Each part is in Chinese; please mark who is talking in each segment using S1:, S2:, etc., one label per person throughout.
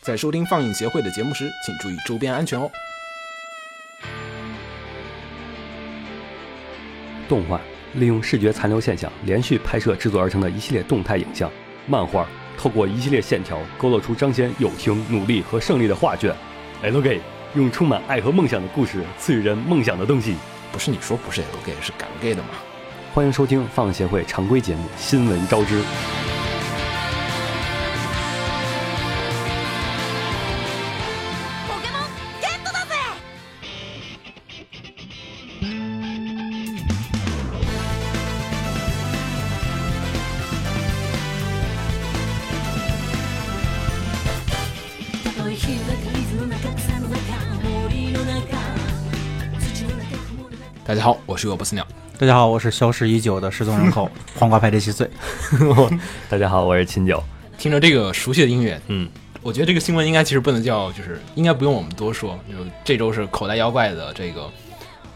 S1: 在收听放映协会的节目时，请注意周边安全哦。
S2: 动画利用视觉残留现象连续拍摄制作而成的一系列动态影像，漫画透过一系列线条勾勒出彰显友情、努力和胜利的画卷。LG 用充满爱和梦想的故事赐予人梦想的东西。
S1: 不是你说不是 L gay 是改了 gay 的吗？
S2: 欢迎收听放映协会常规节目《新闻招之》。
S3: ポケモンゲットだぜたとえ火の中水の中草の中森の中土の中雲の中
S1: 大家好，我是恶不死鸟。
S4: 大家好，我是消失已久的失踪人 口黄瓜派这七岁。
S2: 大家好，我是秦九。
S1: 听着这个熟悉的音乐，
S2: 嗯，
S1: 我觉得这个新闻应该其实不能叫，就是应该不用我们多说。就这周是口袋妖怪的这个，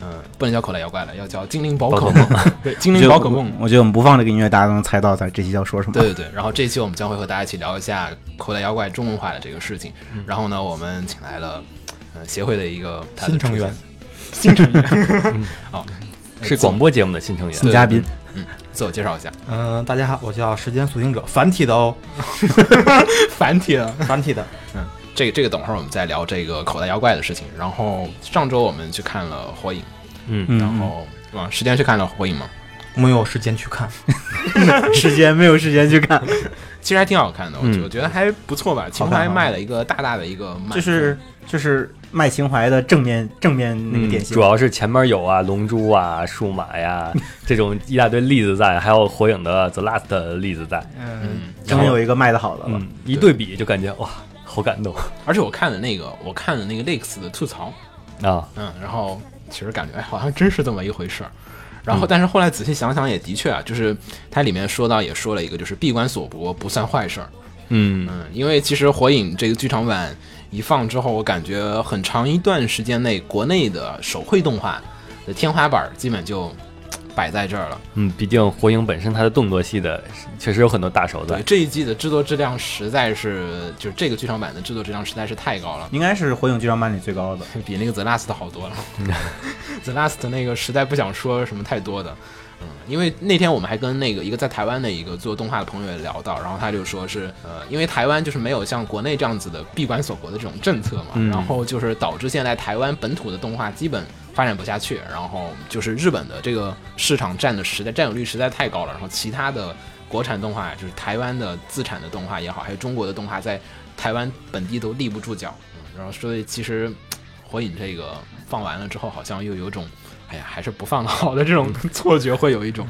S1: 嗯、不能叫口袋妖怪了，要叫精灵宝可
S2: 宝
S1: 梦。 对，精灵宝可 梦。
S4: 我觉得我们不放这个音乐，大家都能猜到咱这期要说什么。
S1: 对对对，然后这期我们将会和大家一起聊一下口袋妖怪中文化的这个事情。
S2: 嗯
S1: 然后呢，我们请来了，呃，协会的一个他的
S5: 新成员
S1: 出现，新成 员，好，
S2: 是广播节目的新成员。
S4: 呃新嘉宾，
S1: 自我介绍一下，
S5: 嗯、大家好，我叫时间速行者，繁体 的哦，
S1: 繁体的。
S5: 繁体的。
S1: 这个这个，等会儿我们再聊这个口袋妖怪的事情。然后上周我们去看了火影，
S2: 嗯，
S4: 嗯，
S1: 然后往时间去看了火影嘛，
S5: 没有时间去看，
S4: 时间没有时间去 看，
S1: 其实还挺好看的，我觉
S2: 嗯
S1: 我觉得还不错吧。秦
S5: 好看
S1: 淮
S5: 好看
S1: 卖了一个大大的一个满分，
S4: 就是就是卖情怀的正面正面那个典
S2: 嗯
S4: 型
S2: 主。要是前面有啊，龙珠啊，数码 呀，这种一大堆例子在，还有火影的 The Last 的例子在。
S1: 嗯，然
S4: 终于
S1: 后
S4: 有一个卖的好的了，
S2: 嗯，一对比就感觉哇，好感动
S1: 而且我看了那个我看了那个 Lex 的吐槽，
S2: 啊！
S1: 嗯，然后其实感觉哎，好像真是这么一回事儿。然后，但是后来仔细想想，也的确啊，就是它里面说到也说了一个，就是闭关锁国不算坏事儿。
S2: 嗯
S1: 嗯，因为其实《火影》这个剧场版一放之后，我感觉很长一段时间内，国内的手绘动画的天花板儿基本就摆在这儿了。
S2: 嗯，毕竟火影本身它的动作戏的确实有很多大手
S1: 对
S2: 在。
S1: 这一季的制作质量实在是，就是这个剧场版的制作质量实在是太高了，
S4: 应该是火影剧场版里最高的。
S1: 比那个 The Last 好多了。The Last 那个实在不想说什么太多的，嗯，因为那天我们还跟那个一个在台湾的一个做动画的朋友也聊到，然后他就说是，呃，因为台湾就是没有像国内这样子的闭关锁国的这种政策嘛，
S2: 嗯
S1: 然后就是导致现在台湾本土的动画基本发展不下去，然后就是日本的这个市场占的实在占有率实在太高了，然后其他的国产动画就是台湾的自产的动画也好，还有中国的动画在台湾本地都立不住脚，嗯、然后所以其实火影这个放完了之后，好像又有种。哎呀，还是不放的好的这种
S4: 嗯
S1: 错觉会有一种。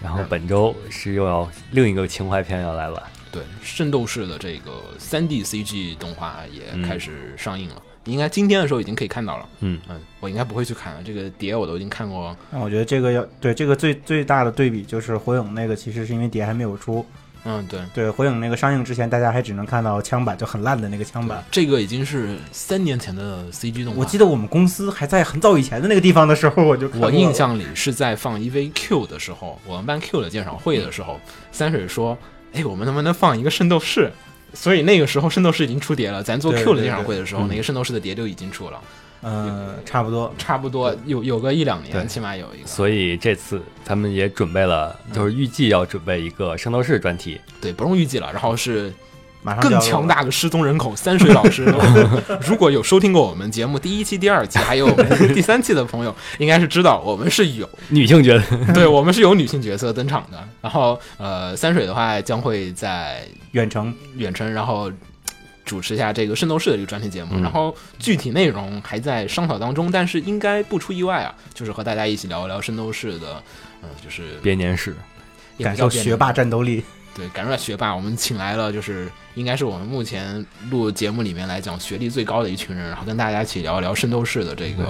S2: 然后本周是又要另一个情怀片要来了，
S1: 对，《圣斗士》的这个三 D CG 动画也
S2: 嗯
S1: 开始上映了，应该今天的时候已经可以看到了。
S2: 嗯
S1: 嗯，我应该不会去看了，这个碟我都已经看过。
S4: 但我觉得这个要对这个最最大的对比就是火影那个，其实是因为碟还没有出。
S1: 嗯，对，
S4: 对，火影那个上映之前，大家还只能看到枪版，就很烂的那个枪版。
S1: 这个已经是三年前的 CG 动画。
S4: 我记得我们公司还在很早以前的那个地方的时候，我就看
S1: 我
S4: 过
S1: 印象里是在放 EVQ 的时候，我们办 Q 的鉴赏会的时候，三水说：“哎，我们能不能放一个圣斗士？”所以那个时候圣斗士已经出碟了，咱做
S4: 对
S1: Q 的
S4: 对
S1: 鉴赏
S4: 对
S1: 会的时候，
S2: 嗯
S1: 那个圣斗士的碟就已经出了，
S4: 呃，差不多。
S1: 差不多有有个一两
S2: 对
S1: 年，起码有一个。
S2: 所以这次咱们也准备了，就是预计要准备一个圣斗士专题。
S1: 对，不用预计了。然后是
S4: 马上就
S1: 更
S4: 要
S1: 强大的失踪人口三水老 师，如果有收听过我们节目第一期、第二期，还有我们第三期的朋友，应该是知道我们是有，
S2: 女性角色，
S1: 对我们是有女性角色登场的。然后呃，三水的话将会在
S4: 远程
S1: 远程，然后。主持一下这个《圣斗士》的这个专题节目，
S2: 嗯
S1: 然后具体内容还在商讨当中，但是应该不出意外啊，就是和大家一起聊一聊《圣斗士》的，嗯，就是
S2: 编年史，
S1: 也
S4: 感
S1: 不叫
S4: 受
S1: 变
S4: 学霸战斗力。
S1: 对，感受到学霸，我们请来了，就是应该是我们目前录节目里面来讲学历最高的一群人，然后跟大家一起聊一聊圣斗士的这个，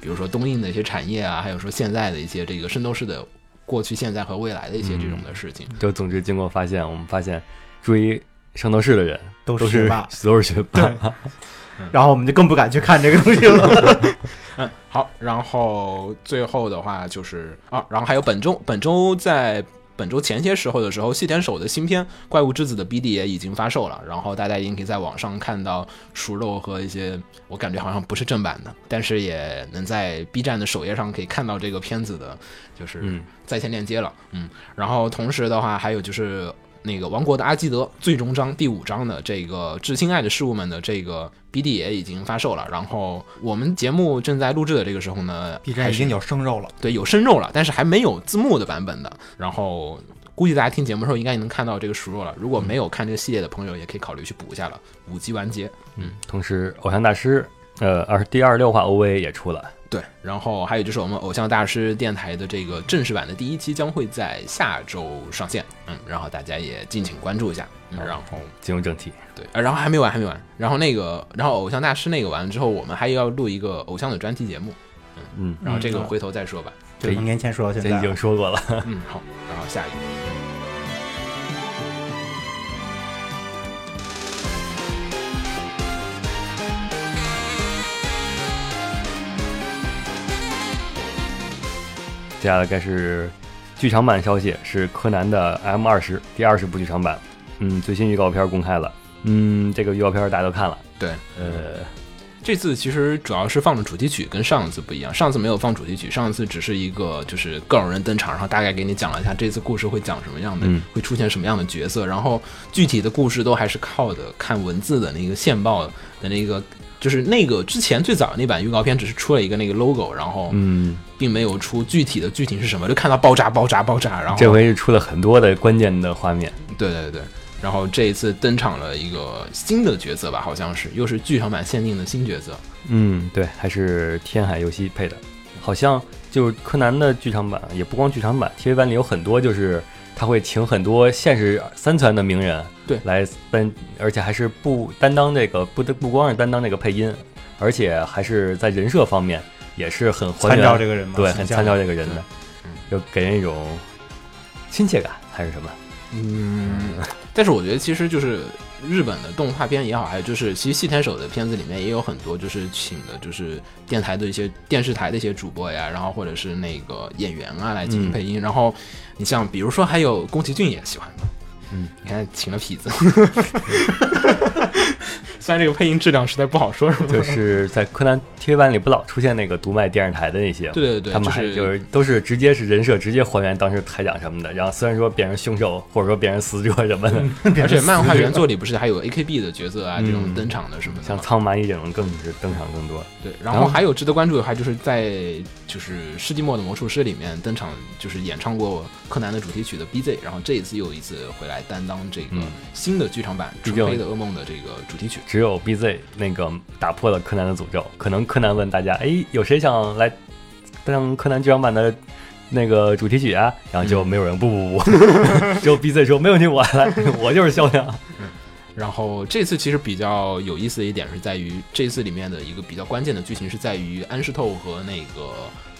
S1: 比如说东映的一些产业啊，还有说现在的一些这个圣斗士的过去、现在和未来的一些这种的事情。
S2: 就总之经过发现，我们发现追圣斗士的人
S4: 都
S2: 都
S4: 是
S2: 是
S4: 学霸
S2: 都是学霸。
S4: 然后我们就更不敢去看这个东西了。
S1: 嗯，好，然后最后的话就是啊，然后还有本周，本周在本周前些时候的时候，细田守的新片《怪物之子》的 BD 也已经发售了，然后大家已经可以在网上看到熟肉和一些我感觉好像不是正版的，但是也能在 B 站的首页上可以看到这个片子的，就是
S2: 嗯
S1: 在线链接了。嗯，然后同时的话，还有就是那个《王国的阿基德》最终章第五章的这个《致亲爱的事物们》的这个 BD 也已经发售了。然后我们节目正在录制的这个时候呢
S5: B 站
S1: 还
S5: 已
S1: 是
S5: 经有生肉了，
S1: 对，有生肉了，但是还没有字幕的版本的。然后估计大家听节目的时候应该能看到这个熟肉了。如果没有看这个系列的朋友，也可以考虑去补一下了。五集完结，
S2: 嗯同时，偶像大师，呃，二第二十六话 OVA 也出了，
S1: 对。然后还有就是我们偶像大师电台的这个正式版的第一期将会在下周上线，嗯，然后大家也敬请关注一下。嗯，然后
S2: 进入正题。
S1: 对，啊然后还没完，还没完。然后那个，然后偶像大师那个完了之后，我们还要录一个偶像的专题节目，
S2: 嗯，
S1: 然后这个
S4: 嗯
S1: 回头再说吧。
S4: 就
S2: 对
S4: 从年前说到现
S2: 这
S4: 在
S2: 已经
S4: 了，
S2: 说过了。
S1: 嗯，好，然后下一个。
S2: 接下来该是剧场版消息，是柯南的 M 二十第二十部剧场版，嗯，最新预告片公开了，嗯，这个预告片大家都看了，
S1: 对，
S2: 呃，
S1: 这次其实主要是放了主题曲，跟上次不一样。上次没有放主题曲，上次只是一个就是各种人登场，然后大概给你讲了一下这次故事会讲什么样的，
S2: 嗯
S1: 会出现什么样的角色，然后具体的故事都还是靠的看文字的那个线报的那个，就是那个之前最早的那版预告片只是出了一个那个 logo，然后
S2: 嗯，
S1: 并没有出具体的剧情是什么，就看到爆炸爆炸爆炸，然后
S2: 嗯这回是出了很多的关键的画面，
S1: 对对对，然后这一次登场了一个新的角色吧，好像是又是剧场版限定的新角色，
S2: 嗯，对，还是天海佑希配的，好像就是柯南的剧场版，也不光剧场版，TV 版里有很多就是他会请很多现实三次元的名人，
S1: 对
S2: 来担，而且还是不担当这个不不光是担当这个配音，而且还是在人设方面也是很还
S4: 参照
S2: 原
S4: 这个人嘛，
S2: 对，
S4: 形
S2: 很
S4: 象
S2: 参照这个人的
S1: 嗯，
S2: 就给人一种亲切感还是什么？
S1: 嗯，但是我觉得其实就是日本的动画片也好，还有就是其实细田守的片子里面也有很多就是请的就是电台的一些电视台的一些主播呀，然后或者是那个演员啊来进行配音。然后你像比如说还有宫崎骏也喜欢嘛，
S2: 嗯，
S1: 你看请了痞子，虽然这个配音质量实在不好说，是吧？
S2: 就是在柯南 TV 版里不老出现那个独卖电视台的那些吗，
S1: 对对对，
S2: 他们
S1: 就
S2: 还
S1: 是
S2: 就是都是直接是人设，直接还原当时台长什么的。然后虽然说变成凶手，或者说变成死者什么的，
S1: 而且漫画原作里不是还有 A K B 的角色啊，这种
S2: 嗯
S1: 登场的什么的嘛，
S2: 像苍蚂蚁这种更是登场更多。
S1: 对，然
S2: 然
S1: 后
S2: 后
S1: 还有值得关注的话，就是在就是《世纪末的魔术师》里面登场，就是演唱过柯南的主题曲的 BZ，然后这一次又一次回来担当这个
S2: 嗯
S1: 新的剧场版《
S2: 毕
S1: 纯
S2: 竟
S1: 黑的噩梦》的这个主题曲。
S2: 只有 BZ 那个打破了柯南的诅咒。可能柯南问大家：“哎，有谁想来当柯南剧场版的那个主题曲啊？”然后就
S1: 嗯
S2: 没有人，不不不， 只有 BZ 说：“没问题，我来，我就是肖央。
S1: 然后这次其实比较有意思的一点是在于，这次里面的一个比较关键的剧情是在于安室透和那个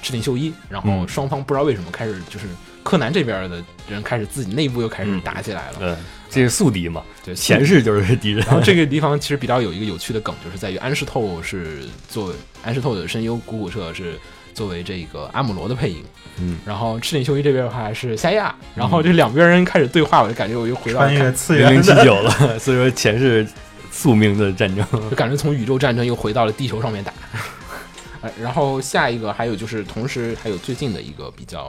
S1: 赤井秀一，然后
S2: 嗯
S1: 双方不知道为什么开始就是柯南这边的人开始自己内部又开始
S2: 嗯
S1: 打起来了，
S2: 嗯，这是宿敌嘛，
S1: 对，
S2: 前世就是 敌人
S1: 然。后这个地方其实比较有一个有趣的梗，就是在于安室透是做安室透的声优古古彻是作为这个阿姆罗的配音，
S2: 嗯，
S1: 然后赤井秀一这边的话是夏亚，然后这两边人开始对话，我就感觉我又回到
S4: 穿越次
S2: 零
S1: 啊
S4: 元
S2: 零七
S4: 的，
S2: 九了，所以说前世宿命的战争。
S1: 就感觉从宇宙战争又回到了地球上面打。 呃，然后下一个还有就是，同时还有最近的一个比较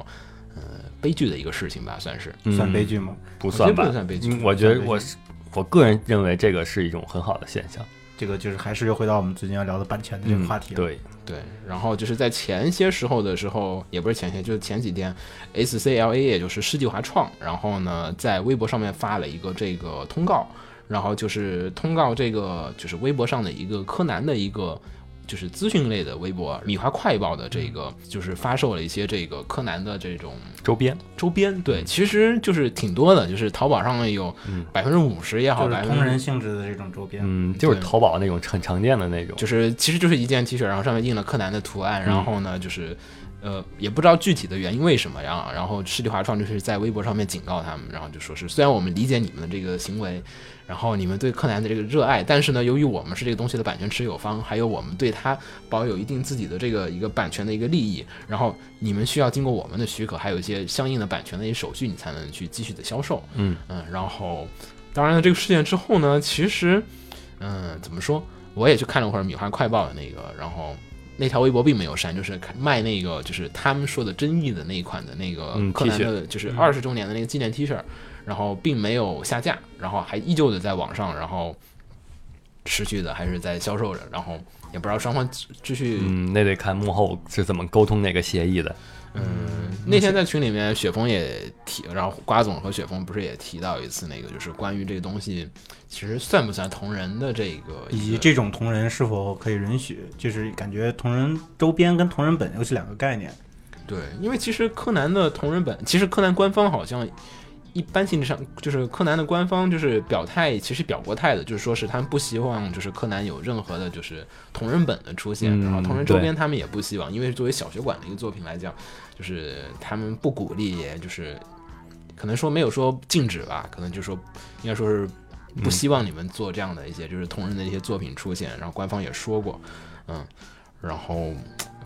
S1: 呃悲剧的一个事情吧，算是
S4: 算悲剧吗？
S2: 嗯不
S1: 我觉得
S2: 算
S1: 不
S2: 吧
S1: 能？算悲剧
S2: 嗯，我觉得
S4: 算悲
S2: 我是我个人认为这个是一种很好的现象。
S4: 这个就是还是又回到我们最近要聊的版权的这个话题啊了。
S2: 嗯对，
S1: 对，然后就是在前些时候的时候，也不是前些，就是前几天，SCLA 也就是世纪华创，然后呢在微博上面发了一个这个通告，然后就是通告这个就是微博上的一个柯南的一个。就是资讯类的微博，米华快报的这个
S4: 嗯
S1: 就是发售了一些这个柯南的这种
S2: 周边
S1: 周边，对，其实就是挺多的，就是淘宝上面有
S2: 嗯
S1: 百分之五十也好，
S4: 就是
S1: 百分
S4: 同
S1: 之
S4: 人性质的这种周边，
S2: 嗯，就是
S1: 对
S2: 淘宝那种很常见的那种，
S1: 就是其实就是一件 T 恤，然后上面印了柯南的图案，然后呢就是。呃，也不知道具体的原因为什么，然后然后世纪华创就是在微博上面警告他们，然后就说是虽然我们理解你们的这个行为，然后你们对柯南的这个热爱，但是呢，由于我们是这个东西的版权持有方，还有我们对它保有一定自己的这个一个版权的一个利益，然后你们需要经过我们的许可，还有一些相应的版权的一些手续，你才能去继续的销售。
S2: 嗯
S1: 嗯，然后当然了，这个事件之后呢，其实嗯，怎么说，我也去看了会儿《米花快报》的那个，然后。那条微博并没有删，就是看卖那个，就是他们说的争议的那一款的那个
S2: 嗯
S1: 柯
S2: T
S1: 南
S2: 恤
S1: 的，就是二十周年的那个纪念 T 恤，然后并没有下架，然后还依旧的在网上，然后持续的还是在销售着，然后也不知道双方继续。
S2: 嗯，那得看幕后是怎么沟通那个协议的。
S1: 那天在群里面，雪峰也提，然后瓜总和雪峰不是也提到一次那个，就是关于这个东西，其实算不算同人的这个
S4: 以
S1: 一
S4: 及
S1: 个
S4: 这种同人是否可以允许，就是感觉同人周边跟同人本又是两个概念。
S1: 对，因为其实柯南的同人本，其实柯南官方好像一般性质上，就是柯南的官方就是表态，其实表过态的，就是说是他们不希望就是柯南有任何的就是同人本的出现，
S2: 嗯
S1: 然后同人周边他们也不希望，因为作为小学馆的一个作品来讲，就是他们不鼓励，也就是可能说没有说禁止吧，可能就说应该说是不希望你们做这样的一些就是同人的一些作品出现，然后官方也说过，嗯，然后。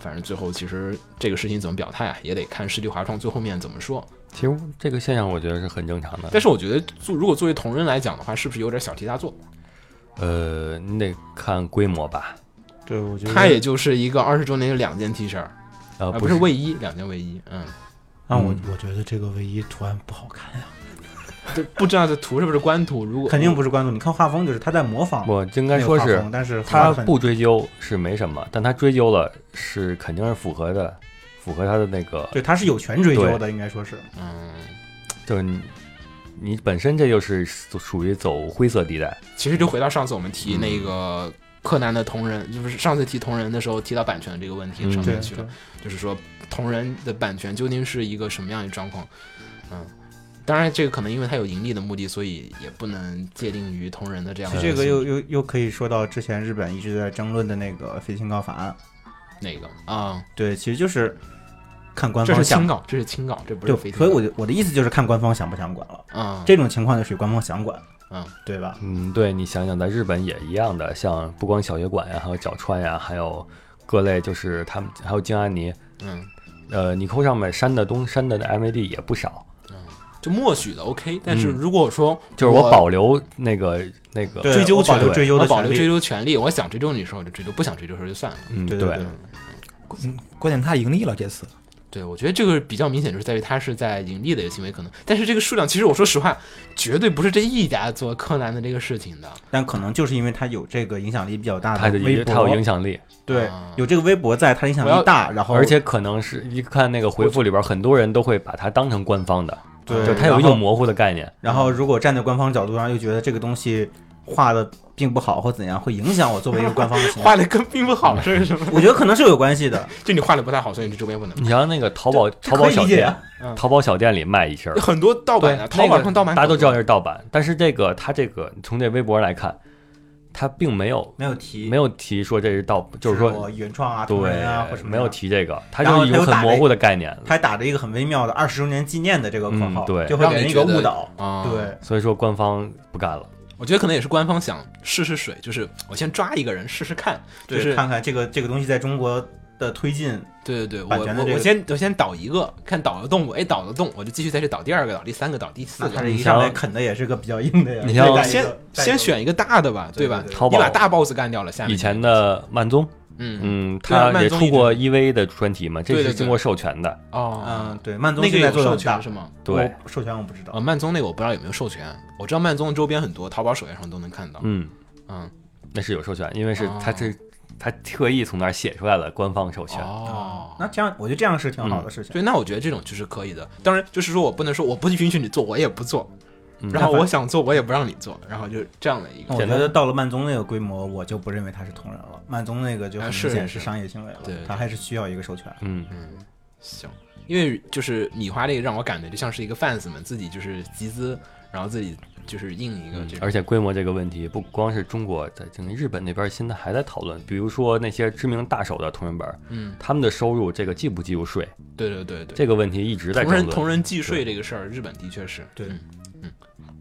S1: 反正最后其实这个事情怎么表态啊，也得看世纪华创最后面怎么说。
S2: 其实这个现象我觉得是很正常的。
S1: 但是我觉得做如果作为同人来讲的话，是不是有点小题大做？
S2: 呃，你得看规模吧，
S4: 对，我觉得
S1: 它也就是一个二十周年有两件 T 恤，啊、
S2: 呃，
S1: 不
S2: 是
S1: 是卫衣，两件卫衣，嗯，
S4: 啊，我
S2: 嗯
S4: 我觉得这个卫衣图案不好看呀，
S1: 这不知道这图是不是官图，如果
S4: 肯定不是关注。你看画风，就是他在模仿
S2: 我应
S4: 那
S2: 该
S4: 个
S2: 说
S4: 画风，
S2: 是
S4: 但是
S2: 他
S4: 画风
S2: 不追究是没什么，但他追究了是肯定是符合的，符合他的那个，
S4: 对，他是有权追究
S2: 对
S4: 的，应该说是。
S1: 嗯，
S2: 就是你你本身这就是属属于走灰色地带，
S1: 其实就回到上次我们提
S2: 嗯
S1: 那个柯南的同人，就是上次提同人的时候提到版权这个问题
S2: 嗯
S1: 上
S4: 对
S1: 面去了，
S4: 对，
S1: 就是说同人的版权究竟是一个什么样的状况？嗯，当然这个可能因为它有盈利的目的，所以也不能界定于同人的这样
S4: 其
S1: 的
S4: 实这个又又又可以说到之前日本一直在争论的那个非侵告法案。
S1: 那个啊、
S4: 对，其实就是看官
S1: 这
S4: 方
S1: 是清
S4: 想。
S1: 稿，这是清稿，这不是非
S4: 嗯对，
S1: 清
S4: 所以
S1: 稿
S4: 我就我的意思就是看官方想不想管了。
S1: 嗯，
S4: 这种情况就属于官方想管，
S1: 嗯，
S4: 对吧？
S2: 嗯，对你想想，在日本也一样的，像不光小学馆呀，还有角川呀，还有各类就是他们还有京安尼，
S1: 嗯，
S2: 呃，你扣上面删的东删的 MAD 也不少，
S1: 就默许的 OK，但是
S2: 嗯
S1: 如果说
S2: 就是我保留那个那个，
S4: 对
S1: 追究
S4: 我保
S1: 权
S4: 留
S1: 利
S4: 追究
S1: 我
S4: 的
S1: 保
S4: 权
S1: 留
S4: 利
S1: 追究权利，我想追究你的时候就追究，不想追究的时候就算了。
S2: 嗯，
S4: 对对
S5: 嗯关键他盈利了这次，
S1: 对，我觉得这个比较明显，就是在于它是在盈利的一个行为可能，但是这个数量其实我说实话，绝对不是这一家做柯南的这个事情的。
S4: 但可能就是因为他有这个影响力比较大
S2: 它
S4: 的
S2: 的
S4: 微博，哦
S2: 它有影响力，
S4: 对
S1: 啊，
S4: 有这个微博在，他的影响
S1: 我要
S4: 力大，然后
S2: 而且可能是一看那个回复里边，很多人都会把它当成官方的，
S4: 对，
S2: 就它有一种模糊的概念。
S4: 然后。然后如果站在官方角度上，又觉得这个东西画的并不好或怎样，会影响我作为一个官方的 形象。
S1: 画的跟并不好，是什么？
S4: 我觉得可能是有关系的，
S1: 就你画的不太好，所以你这周边不能卖。
S2: 你瞧那个淘宝
S4: 这
S2: 淘宝
S4: 可以
S2: 小
S4: 理解
S2: 店
S4: 啊，
S1: 嗯
S2: 淘宝小店里卖一身儿，
S1: 有很多盗版的，啊
S2: 对那
S1: 淘
S2: 个
S1: 宝上盗版
S2: 大家都知道
S1: 很多，
S2: 那是盗版，但是这个它这个从这微博来看，它并没有
S4: 没有提，
S2: 没有提说这是盗，就是说
S4: 我原创啊、同人啊或
S2: 对
S4: 什么的
S2: 没有。提这个，它
S4: 然
S2: 就
S4: 后
S2: 是一
S4: 它
S2: 种很
S4: 又打
S2: 模
S4: 了一
S2: 糊的概念，
S4: 他打着一个很微妙的二十周年纪念的这个口号，
S2: 嗯对
S4: 就会给人一个误导。
S1: 啊，
S4: 对，
S2: 所以说官方不干了。
S1: 我觉得可能也是官方想试试水，就是我先抓一个人试试看，就
S4: 就是是看看这个这个东西在中国的推进，
S1: 对对对，我
S4: 版权的
S1: 我
S4: 这
S1: 我
S4: 个
S1: 先我先倒一个，看倒得动不？哎，倒得动，我就继续再去倒第二个，倒第三个，倒第四
S4: 那他
S1: 个。
S4: 这一
S2: 你
S4: 上
S2: 像
S4: 来啃的也是个比较硬的呀。
S2: 你
S4: 再
S2: 像
S4: 来一个
S1: 先
S4: 再
S1: 先
S4: 一个
S1: 选一个大的吧，
S4: 对
S1: 吧？
S4: 对对
S2: 淘
S1: 你
S2: 宝
S1: 把大 boss 干掉了，下面
S2: 以前的慢宗，
S1: 嗯
S2: 嗯，
S1: 对啊
S2: 它
S1: 慢
S2: 也
S1: 宗
S2: 出
S1: 一直
S2: 过 EV 的专题嘛，这
S1: 对对
S2: 是
S1: 对
S2: 经过授权的，
S1: 哦
S4: 嗯，，对，慢宗
S1: 那个
S4: 现在
S1: 有
S4: 做的
S1: 授
S4: 很大
S1: 权是，吗？
S2: 对，
S4: 我授权我不知道
S1: 啊，。曼宗那个我不知道有没有授权，我知道曼宗周边很多，淘宝首页上都能看到。
S2: 嗯，
S1: 嗯，
S2: 那是有授权，因为是
S1: 哦
S2: 它这它特意从那儿写出来了官方授权，
S1: 哦，
S4: 啊那这样，我觉得这样是挺好的事情。
S1: 对，那我觉得这种就是可以的。当然，就是说我不能说我不允许你做，我也不做，
S2: 嗯
S1: 然后我想做我也不让你做，然后就这样的一个
S4: 那。我
S2: 简
S4: 觉
S2: 单
S4: 得到了曼宗那个规模，我就不认为它是同人了。曼宗那个就
S1: 啊
S4: 很
S1: 是
S4: 明显
S1: 是
S4: 是商业行为了
S1: 对对，
S4: 它还是需要一个授权。
S2: 嗯，
S1: 嗯，行，e 因为就是米花这个让我感觉就像是一个 fans 们自己就是集资，然后自己就是印一个这种
S2: 嗯而且规模这个问题，不光是中国，在整个日本那边现在还在讨论。比如说那些知名大手的同人本，
S1: 嗯，
S2: 他们的收入这个计不计入税，
S1: 对对对对，
S2: 这个问题一直在
S1: 同
S2: 争
S1: 人
S2: 论。
S1: 同人计税这个事儿，日本的确是
S4: 对
S1: 嗯，嗯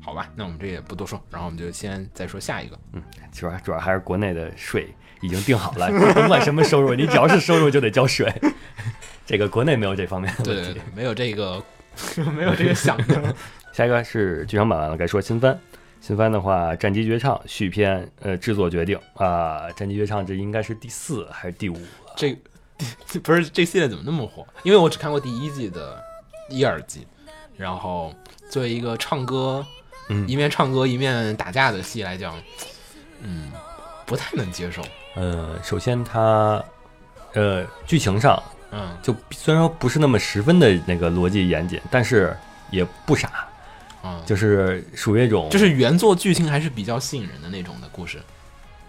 S1: 好吧，那我们这也不多说，然后我们就先再说下一个，
S2: 主要主要还是国内的税已经定好了， 你甭管什么收入，你只要是收入就得交税。 这个国内没有这方面的
S1: 对
S2: 问
S1: 对
S2: 题
S1: 对。，没有这个没有这个想的，
S2: 下一个是剧场版完了，该说新番。新番的话，《战机绝唱》续篇，呃，制作决定啊，战机绝唱》这应该是第四还是第五？
S1: 这 不是这系列怎么那么火？因为我只看过第一季的一二季，然后作为一个唱歌，
S2: 嗯
S1: 一面唱歌一面打架的戏来讲，嗯，不太能接受，
S2: 呃，首先它，呃，剧情上
S1: 嗯，
S2: 就虽然说不是那么十分的那个逻辑严谨，但是也不傻，
S1: 嗯
S2: 就是属于一种，
S1: 就是原作剧情还是比较吸引人的那种的故事。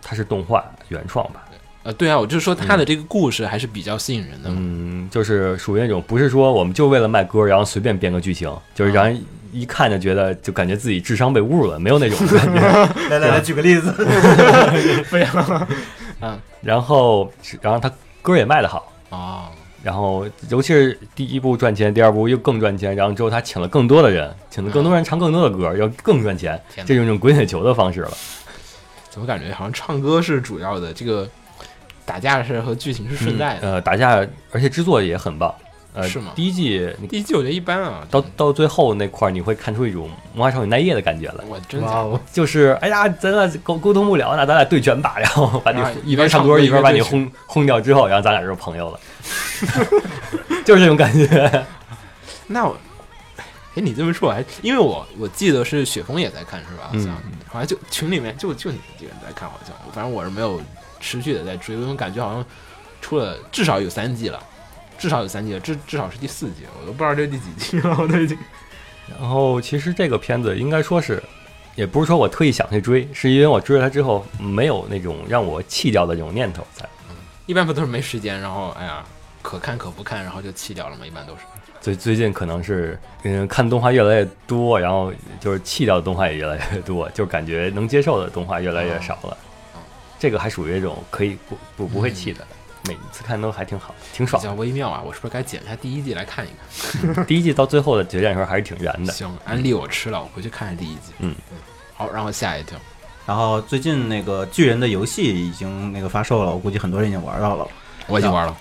S2: 它是动画原创吧，
S1: 呃，对啊，我就说他的这个故事还是比较吸引人的嘛。
S2: 嗯，就是属于那种不是说我们就为了卖歌，然后随便编个剧情，就是让
S1: 啊
S2: 人一看就觉得就感觉自己智商被侮辱了，没有那种 感觉。
S4: 来来来，举个例子，
S2: 然后，然后他歌也卖得好，
S1: 哦，
S2: 然后尤其是第一部赚钱，第二部又更赚钱，然后之后他请了更多的人，请了更多人唱更多的歌，要更赚钱，
S1: 天
S2: 这
S1: 哪，
S2: 种种滚雪球的方式了。
S1: 怎么感觉好像唱歌是主要的，这个打架是和剧情是顺带的。
S2: 呃，打架，而且制作也很棒。呃，
S1: 是吗
S2: 第一季你
S1: 第一季我觉得一般啊，
S2: 到到最后那块儿，你会看出一种魔法少女奈叶的感觉来，
S1: 哦我真假的，
S2: 就是哎呀，咱俩沟沟通不了，那咱俩对拳吧，然后把你
S1: 啊
S2: 一边唱歌
S1: 一边唱歌
S2: 一边把你
S1: 一边对
S2: 轰轰掉之后，然后咱俩就是朋友了， 就是这种感觉。
S1: 那我。哎，你这么说，我还因为我我记得是雪峰也在看是吧？好
S2: 嗯
S1: 像、好像就群里面就就你一个人在看，好像反正我是没有持续的在追，因为我感觉好像出了至少有三季了，至少有三季了，至至少是第四季，我都不知道这第几季 了，我都已经
S2: 然后其实这个片子应该说是，也不是说我特意想去追，是因为我追了它之后没有那种让我弃掉的这种念头在。
S1: 一般不都是没时间，然后哎呀，可看可不看，然后就弃掉了嘛，一般都是。
S2: 最最近可能是嗯看动画越来越多，然后就是弃掉的动画也越来越多，就感觉能接受的动画越来越少了。
S1: 哦
S2: 这个还属于一种可以不不不会弃的，
S4: 嗯
S2: 每次看都还挺好，挺
S1: 比
S2: 爽
S1: 较微妙啊，我是不是该剪一下第一季来看一看？
S2: 的。第一季到最后的决战的时候还是挺燃的。
S1: 行，安利我吃了，我回去看看第一季。
S2: 嗯
S1: 好，然后下一条，
S4: 然后最近那个巨人的游戏已经那个发售了，我估计很多人已经玩到了。
S1: 我已经玩了。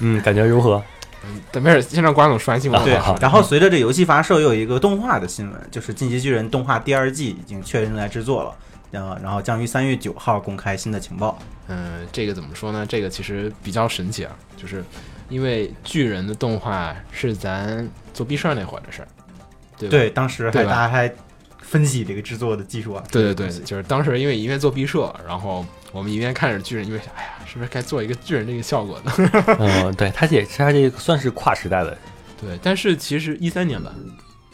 S2: 嗯，感觉如 何？
S1: 嗯，但没事，先让瓜总说完新闻。
S4: 对
S2: 啊好，
S4: 然后随着这游戏发售，又有一个动画的新闻，就是《进击巨人》动画第二季已经确认来制作了，呃，然后将于三月九号公开新的情报。
S1: 嗯，这个怎么说呢？这个其实比较神奇啊，就是因为巨人的动画是咱做毕设那会儿的事儿，对吧？
S4: 对，当时还
S1: 对吧
S4: 大家还分析这个制作的技术啊。
S1: 对对对，就是当时因为一边做毕设，然后我们一边看着巨人，一边想，哎呀，是不是该做一个巨人这个效果呢？
S2: 嗯，对，它也它这个算是跨时代的，
S1: 对，但是其实一三年吧，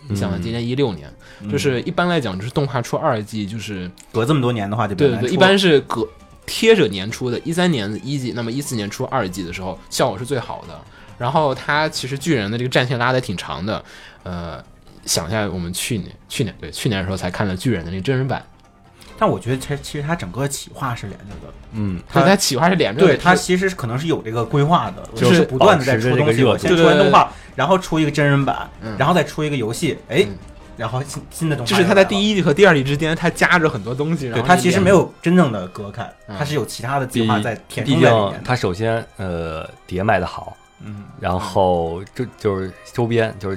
S1: 你想想，
S2: 嗯
S1: 今年一六年，
S4: 嗯
S1: 就是一般来讲，就是动画出二季，就是
S4: 隔这么多年的话，就比较
S1: 对对
S4: 难
S1: 对，
S4: 出
S1: 一般是隔贴着年出的，一三年的一季，那么一四年出二季的时候，效果是最好的。然后它其实巨人的这个战线拉的挺长的，呃，想一下，我们去年去年对去年的时候才看了巨人的那个真人版，
S4: 但我觉得其实其实它整个企划是连着的，
S2: 嗯，
S1: 所
S4: 它
S1: 以它企划是连着的，
S4: 对它
S1: 是
S4: 其实是可能是有这个规划的，
S1: 就是
S4: 是不断的在
S2: 保持
S4: 出
S2: 这个
S4: 东西，
S2: 热
S4: 我先
S1: 度
S4: 出完
S1: 对
S4: 动画，然后出一个真人版
S1: 嗯，
S4: 然后再出一个游戏，哎
S1: 嗯，
S4: 然后新新的东西
S1: 就是它在
S4: 一。
S1: 第一季和第二季之间，它夹着很多东西，然
S4: 对，
S1: 后
S4: 它
S1: 你
S4: 其实
S1: 连
S4: 没有真正的隔开，
S1: 嗯
S4: 它是有其他的计
S2: 毕
S4: 划在填
S2: 毕
S4: 充
S2: 竟
S4: 在里面的。
S2: 它首先呃碟卖的好，
S4: 嗯，
S2: 然后就就是周边就是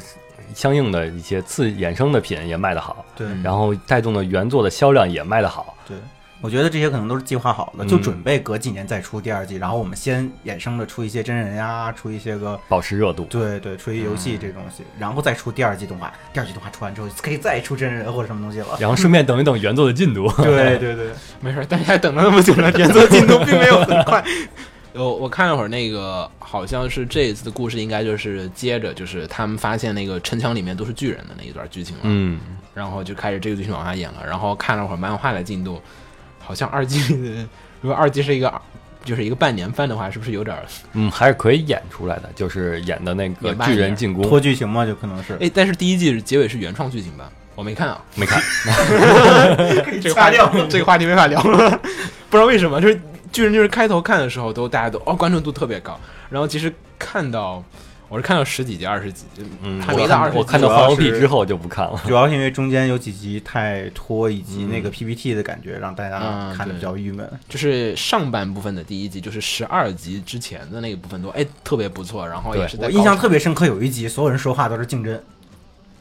S2: 相应的一些次衍生的品也卖得好，
S4: 对
S1: 嗯
S2: 然后带动的原作的销量也卖得好。
S4: 对，我觉得这些可能都是计划好的，
S2: 嗯
S4: 就准备隔几年再出第二季，然后我们先衍生的出一些真人呀，出一些个。
S2: 保持热度。
S4: 对对，出一游
S1: 嗯
S4: 戏这东西，然后再出第二季动画，第二季动画出完之后，可以再出真人或者什么东西 了。
S2: 然后顺便等一等原作的进度。
S4: 对对对，
S1: 没事，大家等了那么久 了，原作进度并没有很快。 我我看了会儿那个，好像是这一次的故事，应该就是接着就是他们发现那个城墙里面都是巨人的那一段剧情了，
S2: 嗯，
S1: 然后就开始这个剧情往下演了。然后看了会儿漫画的进度，好像二季的，如果二季是一个就是一个半年番的话，是不是有 点儿？
S2: 嗯，还是可以演出来的，就是演的那个
S1: 演慢一
S2: 巨
S1: 点
S2: 人进攻。
S1: 哎
S4: 拖剧情嘛，就可能是。
S1: 哎，但是第一季结尾是原创剧情吧？我没看啊，
S2: 没 看，
S4: 哎
S1: 这个话题 这个话题没法聊了，不知道为什么，就是巨人就是开头看的时候都大家都哦关注度特别高，然后其实看到我是看到十几集二十集，
S2: 嗯，
S1: 还没到二十集，
S2: 我看到
S4: 主要
S2: YOP
S4: 是
S2: 之后就不看 了。
S4: 主要是因为中间有几集太拖，以及那个 PPT 的感觉让大家
S1: 嗯
S4: 看的比较郁闷。
S1: 就是上半部分的第一集，就是十二集之前的那个部分都哎特别不错，然后也
S2: 对
S1: 是在
S4: 我印象
S1: 高潮
S4: 特别深刻，有一集所有人说话都是竞争，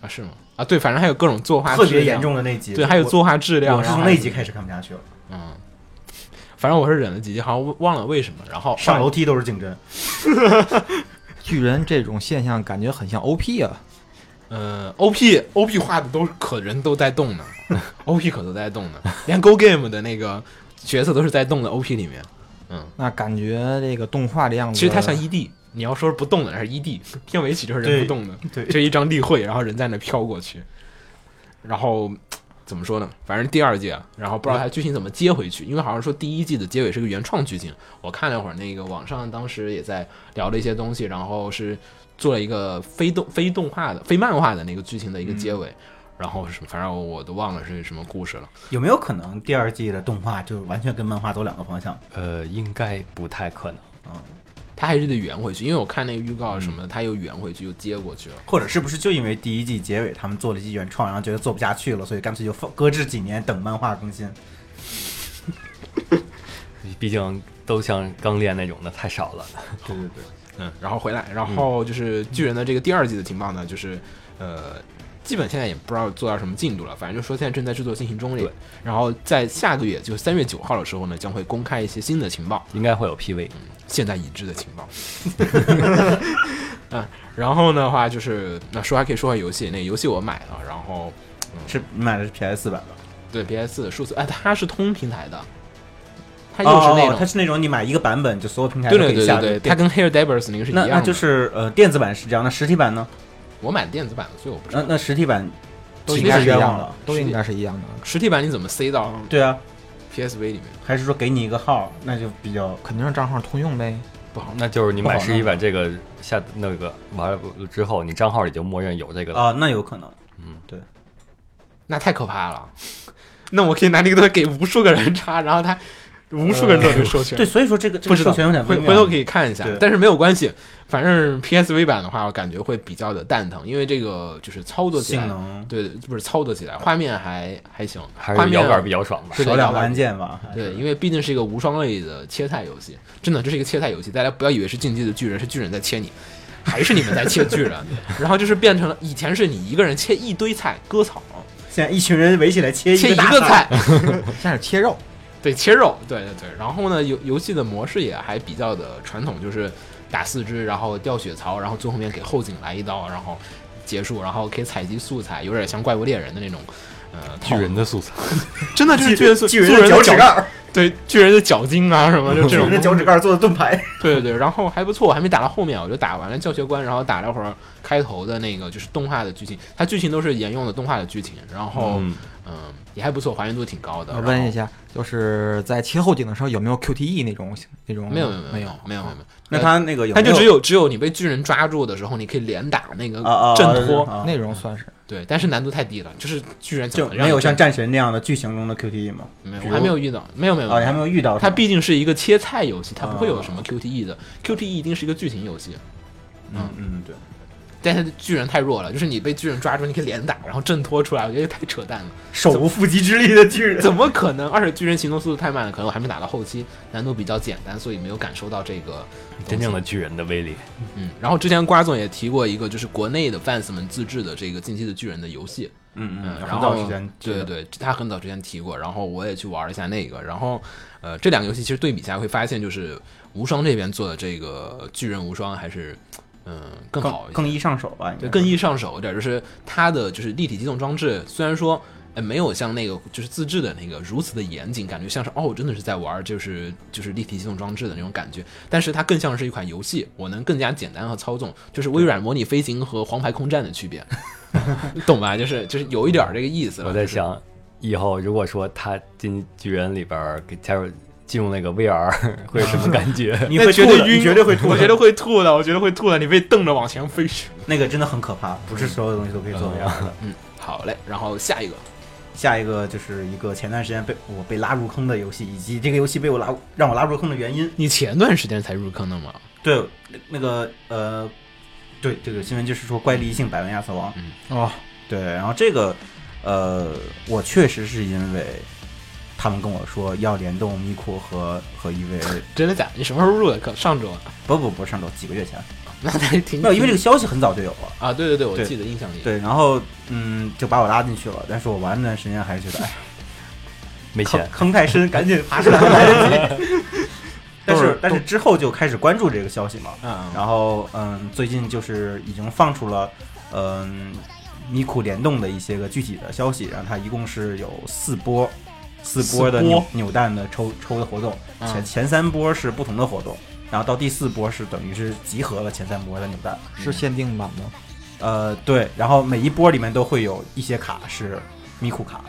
S1: 啊是吗？啊对，反正还有各种作画啊
S4: 特
S1: 质
S4: 别
S1: 量
S4: 严，重的那集。
S1: 对，还有
S4: 我
S1: 作画质量，啊
S4: 我是
S1: 然后
S4: 从
S1: 还
S4: 那
S1: 有
S4: 集开始看不下去了，
S1: 嗯，反正我是忍了几集，好像忘了为什么，然后哦
S4: 上楼梯都是竞争。
S5: 巨人这种现象感觉很像 OP 啊，
S1: 呃，OP OP 画的都可人都在动呢，OP 可都在动呢，连 Go Game 的那个角色都是在动的 OP 里面。嗯，
S5: 那感觉这个动画的样子，
S1: 其实它像 ED，你要说是不动的，还是 ED，片尾曲就是人
S4: 对
S1: 不动的，
S4: 对，
S1: 就一张例会，然后人在那飘过去，然后。怎么说呢？反正第二季啊，然后不知道它剧情怎么接回去，因为好像说第一季的结尾是个原创剧情。我看了一会儿，那个网上当时也在聊了一些东西，然后是做了一个非动非动画的、非漫画的那个剧情的一个结尾，然后是反正我都忘了是什么故事了。
S4: 有没有可能第二季的动画就完全跟漫画走两个方向？
S2: 呃，应该不太可能。
S1: 他还是得圆回去，因为我看那个预告什么的，他又圆回去又接过去了。
S4: 或者是不是就因为第一季结尾他们做了一季原创，然后觉得做不下去了，所以干脆就放搁置几年等漫画更新？
S2: 毕竟都像刚练那种的太少了。
S4: 对对对，
S1: 嗯，然后回来，然后就是巨人的这个第二季的情报呢，就是呃，基本现在也不知道做到什么进度了，反正就说现在正在制作进行中里
S2: 对。
S1: 然后在下个月，就是三月九号的时候呢，将会公开一些新的情报，
S2: 应该会有 PV，
S1: 现在已知的情 报。 嗯，然后的话就是那说还可以说下游戏，那游戏我买了，然后
S4: 是买的是 PS 四版吧？
S1: 对 PS 的数字，哎，它是通平台的，它又是那
S4: 哦
S1: 种。
S4: 它是那种你买一个版本就所有平台
S1: 对
S4: 都可
S1: 对
S4: 以
S1: 对
S4: 下
S1: 对
S4: 的
S1: 对，它跟 Hair Divers 那个是一
S4: 那
S1: 样的，
S4: 那就是呃电子版是这样，那实体版呢？
S1: 我买的电子版的，所以我不知
S4: 那
S1: 道。
S4: 那实体版
S5: 都
S4: 岂
S5: 应
S4: 不
S5: 该
S4: 是
S5: 是一
S4: 冤
S5: 样
S4: 枉
S5: 的
S4: 了？，
S5: 都应该是一样的，
S1: 实体版你怎么塞到
S4: 对啊，
S1: PSV 里面？
S4: 还是说给你一个号，那就比较
S5: 肯定是账号通用呗。
S2: 那就是你买
S4: 不好
S2: 十
S4: 弄
S2: 一版这个下那个完了之后，你账号里就默认有这个了。
S4: 啊，那有可能。
S2: 嗯
S1: 那太可怕了。 那我可以拿这个东西给无数个人插，然后他无数个人都有授权。
S4: 对，所以说这个这
S1: 不
S4: 个
S1: 知道
S4: 授权有点
S1: 回
S4: 微妙
S1: 回头可以看一下
S4: 对，
S1: 但是没有关系，反正 PSV 版的话，我感觉会比较的蛋疼，因为这个就是操作起
S4: 性
S1: 来，
S4: 能
S1: 对，不是操作起来，画面还还行，
S2: 还
S1: 画
S2: 是
S1: 面
S2: 摇杆比较爽吧。
S1: 是
S4: 少
S1: 的
S4: 两个按键吧？
S1: 对，因为毕竟是一个无双类的切菜游戏，真的这是一个切菜游戏，大家不要以为是进击的巨人，是巨人在切你，还是你们在切巨人，然后就是变成了以前是你一个人切一堆菜割草，
S4: 现在一群人围起来切
S1: 切一
S4: 大
S1: 个
S4: 菜，
S1: 菜，
S5: 现在是切肉，
S1: 对，切肉，对对对。然后呢，游游戏的模式也还比较的传统，就是打四只，然后掉血槽，然后最后面给后颈来一刀，然后结束，然后可以采集素材，有点像怪物猎人的那种，呃，
S2: 巨
S1: 套路
S2: 人的素材，
S1: 真的就是巨人素
S4: 巨人
S1: 素
S4: 的脚
S1: 的
S4: 趾
S1: 脚
S4: 盖儿，
S1: 对巨人的脚筋啊什么，就
S4: 巨
S1: 这种
S4: 人的脚趾盖儿做的 盾牌。
S1: 对对对，然后还不错，我还没打到后面，我就打完了教学关，然后打了会儿开头的那个就是动画的剧情，它剧情都是沿用的动画的剧情，然后嗯
S2: 嗯
S1: 也还不错，还原度挺高的。
S5: 我
S1: 然
S5: 问
S1: 后
S5: 啊一下，就是在切后颈的时候有没有 QTE 那种那种？
S1: 没有没有
S5: 没
S1: 有没有没有，
S4: 那他那个有
S1: 它就
S4: 没
S1: 只有只有你被巨人抓住的时候，你可以连打那个
S4: 啊啊啊
S1: 挣脱，
S4: 啊
S5: 那种算是
S1: 对，但是难度太低了，就是巨人怎
S4: 就
S1: 么让
S4: 没有
S1: 你
S4: 像
S1: 挣
S4: 战神那样的剧情中的 QTE 吗？
S1: 没有，
S4: 比
S1: 我
S4: 如
S1: 还没有遇到，没有没有，
S4: 啊，你还没
S1: 有。
S4: 有遇到
S1: 它
S4: 是吧
S1: 毕竟是一个切菜游戏，它不会有
S4: 啊
S1: 什么 QTE 的，QTE 一定是一个剧情游戏。
S4: 嗯嗯对，
S1: 但是巨人太弱了，就是你被巨人抓住，你可以连打，然后挣脱出来，我觉得太扯淡了，
S4: 手无缚鸡之力的巨人。
S1: 怎么可能？而且巨人行动速度太慢了，可能我还没打到后期，难度比较简单，所以没有感受到这个东西
S2: 真正的巨人的威力。
S1: 嗯，然后之前瓜总也提过一个，就是国内的 fans 们自制的这个《进击的巨人》的游戏，
S4: 嗯
S1: 嗯，然
S4: 很
S1: 后
S4: 早之前
S1: 对对对，他很早之前提过，然后我也去玩了一下那个，然后呃，这两个游戏其实对比下会发现，就是无双这边做的这个巨人无双还是嗯、更好
S4: 更
S1: 一些，
S4: 更易上手吧，应该
S1: 对更易上手一点，就是它的就是立体机动装置，虽然说。呃没有像那个就是自制的那个如此的严谨，感觉像是哦，我真的是在玩就是就是立体机动装置的那种感觉。但是它更像是一款游戏，我能更加简单和操纵，就是微软模拟飞行和黄牌空战的区别， 懂吧？就是就是有一点儿这个意思了。
S2: 我在想，以后如果说他进巨人里边儿给加入进入那个 VR，会是 什么感 觉？
S4: 你
S1: 那
S4: 会
S1: 绝
S4: 绝
S1: 对
S4: 对
S1: 晕，
S4: 你绝对会 吐的，
S1: 我觉得会吐的，我觉得会吐的，你被瞪着往前飞去。
S4: 那个真的很可怕，不是所有东西都可以做得了的。
S2: 还
S1: 好嘞，然后下一个，
S4: 下一个就是一个前段时间被我被拉入坑的游戏，以及这个游戏被我拉让我拉入坑的原因。
S1: 你前段时间才入坑的吗？
S4: 对，那个呃，对这个新闻就是说怪力性百万亚瑟王，
S5: 哦，
S4: 对，然后这个呃，我确实是因为他们跟我说要联动咪库和和 EVA，
S1: 真的假的？你什么时候入的坑？上周啊？
S4: 不不不是上周几个月前，
S1: 那还挺
S4: 没有，因为这个消息很早就有了。
S1: 啊，对对对，我
S4: 对
S1: 记得印象里，
S4: 对，然后嗯，就把我拉进去了，但是我玩了段时间还是觉得，哎，
S2: 没
S4: 坑
S2: 钱，
S4: 坑太深，赶紧爬出来来得及。但
S5: 都
S4: 是
S5: 是
S4: 但是之后就开始关注这个消息嘛，
S1: 嗯，嗯
S4: 然后嗯，最近就是已经放出了嗯咪库联动的一些个具体的消息，然后它一共是有四波。四波的
S1: 四波
S4: 扭扭蛋的抽抽的活动，
S1: 嗯
S4: 前前三波是不同的活动，然后到第四波是等于是集合了前三波的扭蛋，
S5: 是限定版吗？
S4: 呃，对，然后每一波里面都会有一些卡是咪库卡，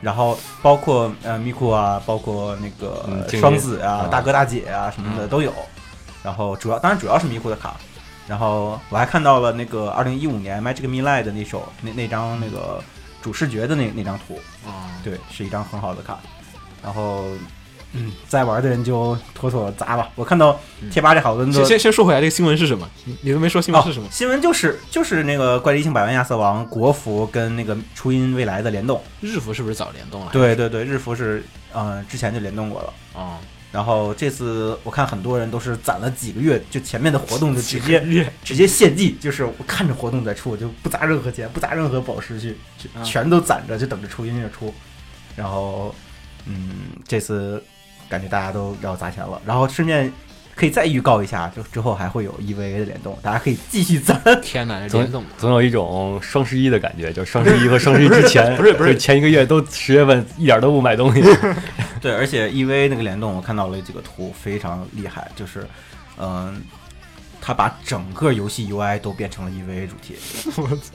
S4: 然后包括呃咪库啊，包括那个、
S2: 嗯
S4: 呃
S2: 精灵嗯
S4: 双子啊、
S1: 啊
S4: 大哥大姐啊什么的都有。然后主要当然主要是咪库的卡，然后我还看到了那个二零一五年《Magic Me Live》的那首那那张那个主视觉的那那张图，
S1: 嗯
S4: 对，是一张很好的卡。然后嗯，在玩的人就妥妥砸吧。我看到
S2: 嗯
S4: 贴吧里好多人都
S1: 先先先说回来，这个新闻是什么？你你都没说新闻是什么
S4: 哦？新闻就是就是那个《怪力性百万亚瑟王》国服跟那个初音未来的联动。
S1: 日服是不是早联动了？
S4: 对对对，日服是嗯、呃之前就联动过了。
S1: 啊，
S4: 然后这次我看很多人都是攒了几个月，就前面的活动就直接
S1: 接
S4: 直接献祭，就是我看着活动再出，我就不砸任何钱，不砸任何宝石去，就
S1: 啊
S4: 全都攒着，就等着初音就出。然后，嗯，这次感觉大家都要砸钱了，然后顺便可以再预告一下，就之后还会有 EVA 的联动，大家可以继续攒。
S1: 天哪，这
S2: 总
S1: 联动
S2: 总有一种双十一的感觉，就是双十一和双十一之 前，
S1: 不是不是
S2: 就前一个月都十月份一点都不买 东西，
S4: 对，而且 EVA 那个联动，我看到了几个图，非常厉害，就是，嗯、他把整个游戏 UI 都变成了 EVA 主 题，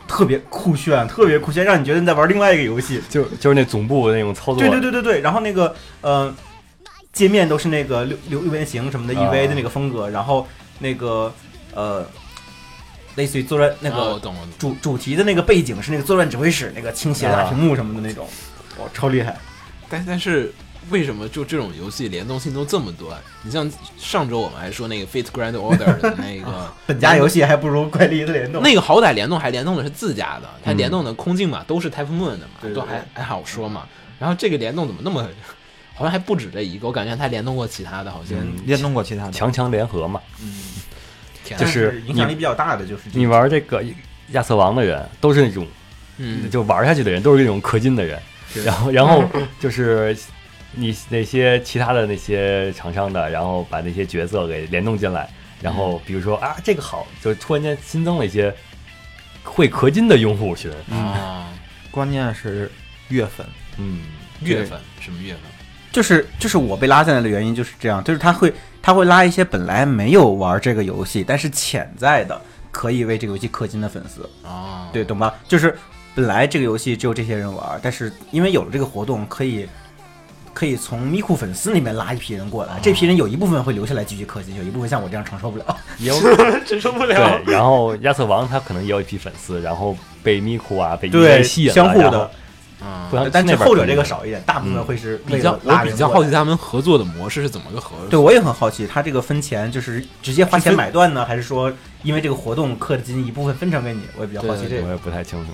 S4: 特别酷炫，特别酷炫，让你觉得你在玩另外一个游戏。
S2: 就就是那总部那种操作，
S4: 对对对对对，然后那个，呃，界面都是那个六六六边形什么的
S2: 啊
S4: EVA 的那个风格，然后那个，呃，类似于作战那
S1: 啊我
S4: 个
S1: 懂我懂。
S4: 主主题的那个背景是那个作战指挥室那个倾斜大屏幕什么的那种，哇，超厉害。
S1: 但但是为什么就这种游戏联动性都这么多啊？你像上周我们还说那个《Fate Grand Order》的那个
S4: 本家游戏还不如怪力的联动。
S1: 那个好歹联动还联动的是自家的，它
S2: 嗯
S1: 联动的空镜嘛都是 Type Moon 的嘛，
S4: 对对
S1: 都还还好说嘛。然后这个联动怎么那么， 好像还不止这一个，我感觉它联动过其他的，好像
S4: 嗯
S5: 联动过其他的？
S2: 强强联合嘛。
S1: 天
S2: 就
S1: 哪
S2: 是
S4: 但影响力比较大的就是这
S2: 你玩这个亚瑟王的人，都是那种
S1: 嗯，
S2: 就玩下去的人，都是那种氪金的人。
S4: 是
S2: 然后，然后就是你那些其他的那些厂商的，然后把那些角色给联动进来，然后比如说啊，这个好，就突然间新增了一些会氪金的用户群。
S4: 嗯
S1: 啊，
S5: 关键是月份，
S2: 嗯，
S1: 月份什么月份？
S4: 就是就是我被拉进来的原因就是这样，就是他会他会拉一些本来没有玩这个游戏，但是潜在的可以为这个游戏氪金的粉丝，
S1: 啊，
S4: 对，懂吧？就是本来这个游戏只有这些人玩，但是因为有了这个活动，可以可以从咪库粉丝里面拉一批人过来，这批人有一部分会留下来继续氪金，有一部分像我这样承受不了。
S2: 也 有
S1: 承受不了。
S2: 对，然后亚瑟王他可能也有一批粉丝，然后被咪库啊，被
S4: 对
S2: EA 吸引了，
S4: 相互的
S2: 然后
S1: 嗯
S2: 互，相
S4: 但是
S2: 那边
S4: 后者这个
S2: 可能
S4: 少一点，大部分会是为
S1: 比较
S4: 了
S1: 我
S4: 拉人
S1: 比较
S4: 过来
S1: 好奇他们合作的模式是怎么个合
S4: 对，
S1: 作。
S4: 我也很好奇，他这个分钱就是直接花钱买断呢，还是说因为这个活动氪的金一部分分成给你？我也比较好奇
S1: 对
S4: 这
S1: 对
S4: 个，
S2: 我也不太清楚。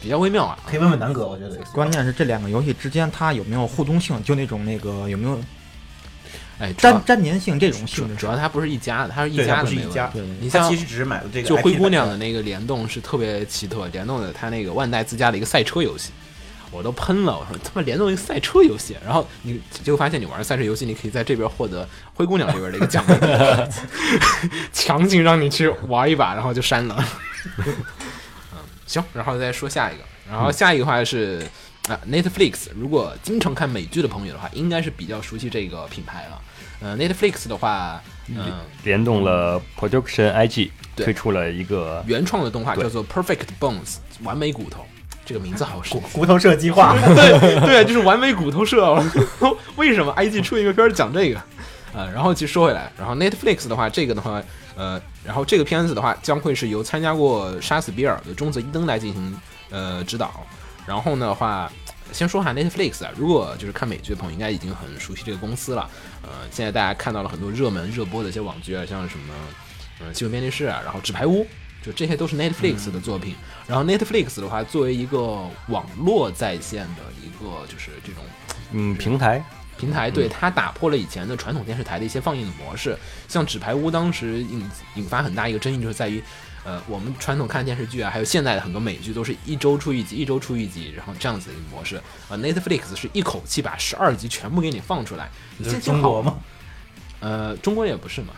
S1: 比较微妙啊。
S4: 可以问问南哥，我觉得也行
S5: 关键是这两个游戏之间它有没有互动性？就那种那个有没有
S1: 哎，主
S5: 粘
S1: 要
S5: 粘粘性这种性
S1: 主
S5: 质？
S1: 主要它不是一家的，它是一
S4: 对它
S1: 家
S4: 不
S1: 的
S4: 是
S1: 没
S4: 一
S1: 问题。
S4: 家，
S5: 对对对
S1: 你
S4: 他
S1: 像
S4: 其实只是买了这个
S1: 就
S4: IP
S1: 灰姑娘
S4: 版
S1: 的那个联动是特别奇特，联动的它那个万代自家的一个赛车游戏，我都喷了，我说他妈联动一个赛车游戏，然后你就发现你玩赛车游戏，你可以在这边获得灰姑娘这边的一个奖励，强行让你去玩一把，然后就删了。嗯，行，然后再说下一个，然后下一个话是。啊，Netflix，如果经常看美剧的朋友的话，应该是比较熟悉这个品牌了。呃，Netflix 的话，嗯、
S2: 联动了 Production IG，
S1: 对
S2: 推出了一个
S1: 原创的动画
S2: 对
S1: 叫做《Perfect Bones》完美骨头，这个名字好神，
S4: 骨。骨头社计划
S1: 对对，就是完美骨头社。哦 为什么 IG 出一个片儿讲这个？呃，然后其实说回来，然后 Netflix 的话，这个的话，呃，然后这个片子的话，将会是由参加过《杀死比尔》的中泽一灯来进行呃指导。然后的话，先说下 Netflix 啊，如果就是看美剧的朋友，应该已经很熟悉这个公司了。呃，现在大家看到了很多热门热播的一些网剧啊，像什么呃《新闻编辑室》啊，然后《纸牌屋》，就这些都是 Netflix 的作品。然后 Netflix 的话，作为一个网络在线的一个就是这种
S2: 嗯，平台
S1: 平台对它打破了以前的传统电视台的一些放映的模式，像《纸牌屋》当时引引发很大一个争议，就是在于，呃，我们传统看电视剧啊，还有现在的很多美剧都是一周出一集，一周出一集，然后这样子的一个模式。呃，Netflix 是一口气把十二集全部给你放出来，你
S4: 就是
S1: 先
S4: 中
S1: 听好
S4: 国吗？
S1: 呃，中国也不是嘛，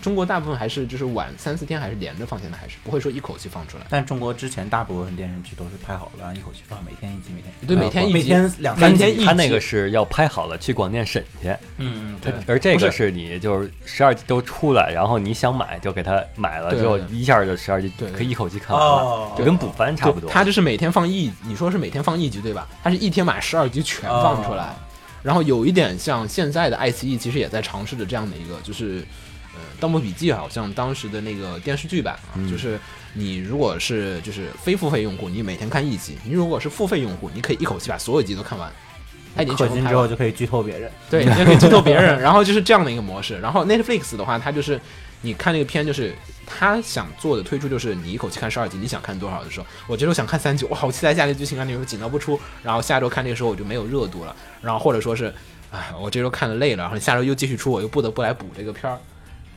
S1: 中国大部分还是就是晚三四天还是连着放，现在还是不会说一口气放出来。
S4: 但中国之前大部分电视剧都是拍好了，一口气放，每天一集，每天
S1: 对，每
S2: 呃
S1: 天一集，
S4: 每天两
S1: 每
S4: 三
S1: 天
S4: 集，
S1: 一
S2: 他那
S1: 集
S2: 个是要拍好了去广电审去，
S4: 嗯，嗯，对，
S2: 而这
S1: 不
S2: 个
S1: 是
S2: 是你就是十二集都出来，然后你想买就给他买了，
S1: 对
S2: 之后
S1: 对
S2: 一下就十二集
S1: 对
S2: 可以一口气看完了
S4: 哦，
S2: 就跟补番差不多。
S1: 他就是每天放一，你说是每天放一集对吧？他是一天把十二集全放出来，
S4: 哦
S1: 然后有一点像现在的爱奇艺，其实也在尝试着这样的一个，就是呃，《盗墓笔记》好像当时的那个电视剧版啊，
S4: 嗯
S1: 就是你如果是就是非付费用户，你每天看一集；你如果是付费用户，你可以一口气把所有集都看完。他已经
S4: 氪
S1: 全部
S4: 金
S1: 拍
S4: 之
S1: 完
S4: 后就可以剧透别人。
S1: 对，你就可以剧透别人。然后就是这样的一个模式。然后 Netflix 的话，它就是你看那个片，就是他想做的推出，就是你一口气看十二集，你想看多少的时候，我觉得我想看三集，我好期待下一集剧情啊，你们紧到不出。然后下周看这个时候我就没有热度了，然后或者说是，哎，我这周看的累了，然后下周又继续出，我又不得不来补这个片儿。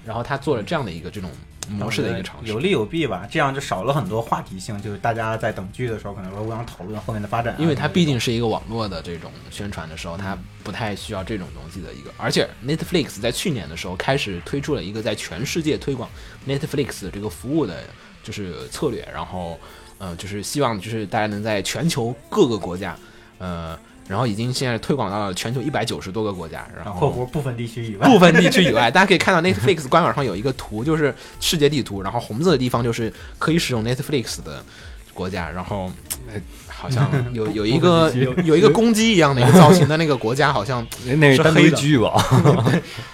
S1: 然后他做了这样的一个这种模式的一个尝试
S4: 有，利有弊吧，这样就少了很多话题性，就是大家在等剧的时候可能会互相讨论后面的发展啊、
S1: 因为它毕
S4: 什么
S1: 竟是一个网络的这种宣传的时候，它不太需要这种东西的一个。而且 Netflix 在去年的时候开始推出了一个在全世界推广 Netflix 这个服务的，就是策略，然后呃，就是希望就是大家能在全球各个国家，呃，然后已经现在推广到了全球一百九十多个国家，
S4: 的，
S1: 然
S4: 啊括
S1: 后
S4: 弧部分地区以 外，
S1: 部分地区以外，大家可以看到 Netflix 官网上有一个图，就是世界地图，然后红色的地方就是可以使用 Netflix 的国家，然后、呃、好 像有有一个有有一个公鸡一样的一个造型的那个国家，好像
S2: 那那
S1: 是
S2: 是单
S1: 黑
S2: 独
S1: 的
S2: 剧吧？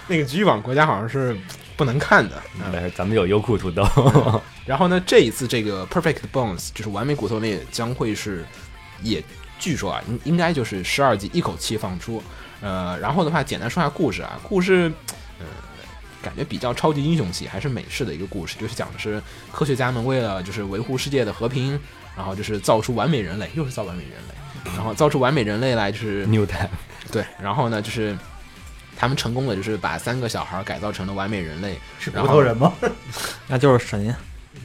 S1: 那个局域网国家好像是不能看的。 嗯
S2: 但是咱们有优酷土豆，
S1: 然后呢，这一次这个 Perfect Bones 就是完美骨头那将会是也据说啊，应应该就是十二集一口气放出。呃，然后的话，简单说下故事啊，故事，呃，感觉比较超级英雄系，还是美式的一个故事，就是讲的是科学家们为了就是维护世界的和平，然后就是造出完美人类，又是造完美人类，然后造出完美人类来 就是
S2: 牛蛋
S1: 对，然后呢就是他们成功的就是把三个小孩改造成了完美人类，
S4: 是
S1: 然
S4: 骨
S1: 后
S4: 头人吗？
S5: 那就是神呀，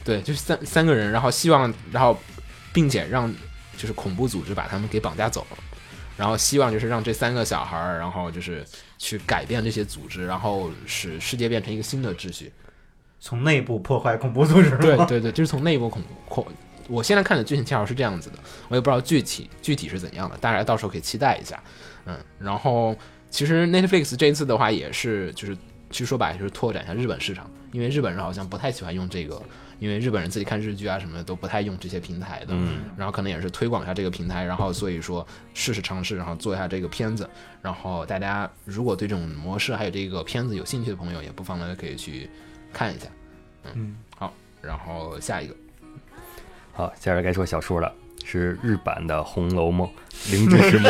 S1: 对，就是三三个人，然后希望，然后，并且让就是恐怖组织把他们给绑架走了，然后希望就是让这三个小孩儿，然后就是去改变这些组织，然后使世界变成一个新的秩序。
S4: 从内部破坏恐怖组织吗？
S1: 对 对对，就是从内部恐恐。我现在看的剧情介绍是这样子的，我也不知道具体具体是怎样的，大家到时候可以期待一下。嗯，然后其实 Netflix 这一次的话也是就是据说吧，就是拓展一下日本市场，因为日本人好像不太喜欢用这个，因为日本人自己看日剧啊什么的都不太用这些平台的。
S2: 嗯，
S1: 然后可能也是推广一下这个平台，然后所以说试试尝试，然后做一下这个片子。然后大家如果对这种模式还有这个片子有兴趣的朋友，也不妨呢可以去看一下。
S4: 嗯，
S1: 好，然后下一个。
S2: 好，接下来该说小说了，是日版的《红楼梦》 《灵芝石魔》。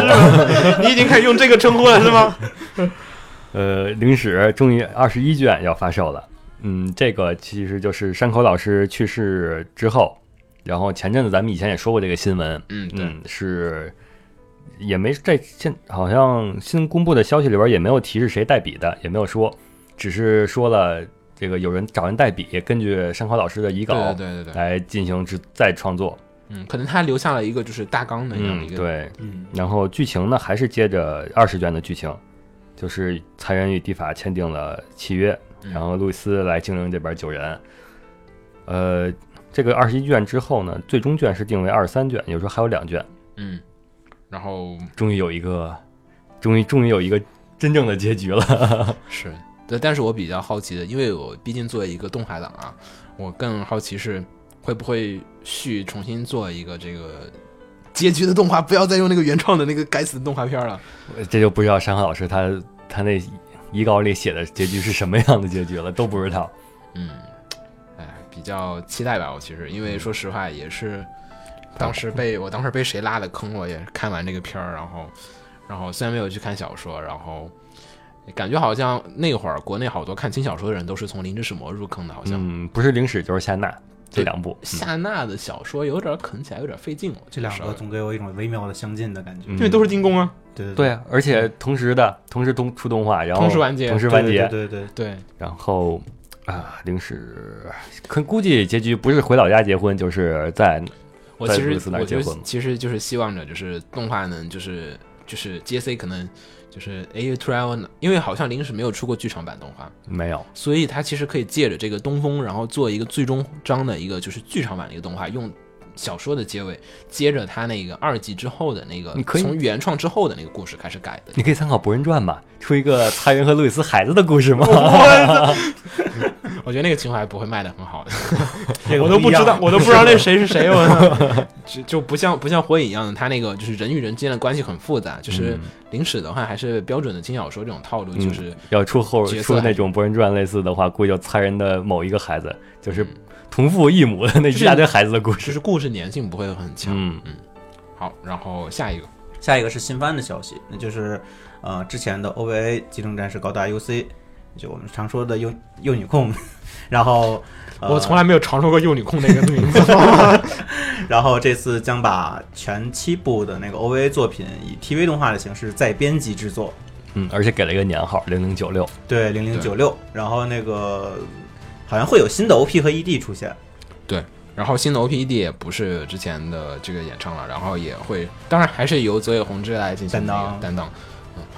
S1: 你已经开始用这个称呼了是吗？
S2: 呃，灵史终于二十一卷要发售了。嗯，这个其实就是山口老师去世之后，然后前阵子咱们以前也说过这个新闻，
S1: 嗯，对，
S2: 嗯，是也没在现好像新公布的消息里边也没有提是谁代笔的，也没有说，只是说了这个有人找人代笔，根据山口老师的遗稿
S1: 对对对对对，
S2: 来进行制再创作。
S1: 嗯，可能他留下了一个就是大纲的这样的
S2: 嗯
S1: 一，个，
S2: 对，
S4: 嗯，
S2: 然后剧情呢，还是接着二十卷的剧情，就是财人与地法签订了契约，
S1: 嗯
S2: 然后路易斯来经营这边九人。呃，这个二十一卷之后呢，最终卷是定为二十三卷，有时候还有两卷。
S1: 嗯，然后
S2: 终于有一个，终于终于有一个真正的结局了。
S1: 是对，但是我比较好奇的，因为我毕竟作为一个动画党啊，我更好奇是会不会续重新做一个这个结局的动画，不要再用那个原创的那个该死的动画片了。
S2: 这就不知道山河老师他他那遗稿里写的结局是什么样的结局了，都不知道。
S1: 嗯，哎，比较期待吧，我其实因为说实话也是。当时被我当时被谁拉的坑，我也是看完这个片儿，然后，然后虽然没有去看小说，然后感觉好像那会儿国内好多看轻小说的人都是从《灵之使魔》入坑的，好像。
S2: 嗯，不是灵史就是夏娜这两部，嗯
S1: 夏娜的小说有点啃起来有点费劲了，
S4: 这两
S1: 稍微
S4: 个总给我一种微妙的相近的感觉。
S2: 嗯
S1: 因为都是精工啊，
S4: 对对
S2: 对，啊，而且同时的，同时动出动画，然后
S1: 同时完结
S2: 同时
S4: 对
S2: 完
S4: 对
S2: 结，
S4: 对对 对，
S1: 对，
S2: 然后啊，灵史，可估计结局不是回老家结婚，就是在
S1: 我
S2: 在
S1: 其
S2: 路易斯
S1: 实
S2: 那儿
S1: 我
S2: 结
S1: 就
S2: 婚吗
S1: 其实就是希望着就是动画能就是就是 J C 可能就是哎突然因为好像临时没有出过剧场版动画，
S2: 没有，
S1: 所以它其实可以借着这个东风，然后做一个最终章的一个就是剧场版的一个动画，用小说的结尾接着它那个二季之后的那个
S2: 你可以
S1: 从原创之后的那个故事开始改 的。
S2: 你可以参考《博人传》吧，出一个擦人和路易斯孩子的故事吗？
S1: 我觉得那个情怀不会卖的很好的，
S4: 这个
S1: 我都不
S4: 一
S1: 知
S4: 样
S1: 道，我都不知道那谁是谁，我就就不像不像火影一样，它那个就是人与人之间的关系很复杂，
S4: 嗯
S1: 就是灵史的话还是标准的轻小说这种套路，就是
S2: 要出后
S1: 角色
S2: 出那种《博人传》类似的话，估计就擦人的某一个孩子，就是同父异母的那一大堆孩子的故
S1: 嗯就
S2: 事。
S1: 是故事粘性不会很强。
S2: 嗯，
S1: 好，然后下一个，
S4: 下一个是新番的消息，那就是呃之前的 OVA《机动战士高达 UC》，就我们常说的幼幼女控， 然后、呃、
S1: 我从来没有尝试过幼女控那个名字，
S4: 然后这次将把全七部的那个 OVA 作品以 TV 动画的形式再编辑制作，
S2: 嗯，而且给了一个年号零零九六，
S4: 对零零九六，然后那个好像会有新的 OP 和 ED 出现，
S1: 然后新的 OPED 也不是之前的这个演唱了，然后也会，当然还是由泽野弘之来进行
S4: 担当
S1: 那个担当。嗯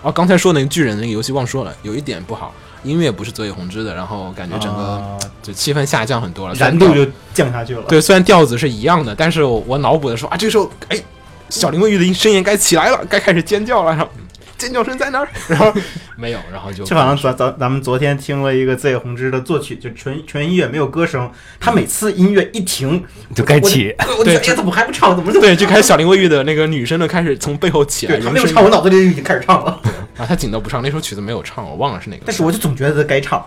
S1: 哦，刚才说那个巨人那个游戏忘说了，有一点不好，音乐不是泽野弘之的，然后感觉嗯整个
S4: 呃
S1: 就气氛下降很多了，虽然
S4: 难度
S1: 调
S4: 就降下去了。
S1: 对，虽然调子是一样的，但是我我脑补的说啊，这时候哎，小林卫玉的声音该起来了，该开始尖叫了，然后嗯尖叫声在哪儿？ 然后没有，然后就
S4: 就好像咱咱咱们昨天听了一个 Z 红之的作曲，就纯纯音乐没有歌声，他每次音乐一停，
S2: 就该起。
S4: 我我就
S1: 对
S4: 哎呀怎么还不唱？怎 么
S1: 对，就开始小林卫玉的那个女生呢开始从背后起来，
S4: 对他
S1: 人
S4: 没有
S1: 声
S4: 唱，我脑子里就已经开始唱了。
S1: 啊，他紧都不唱，那首曲子没有唱，我忘了是哪个。
S4: 但是我就总觉得该唱。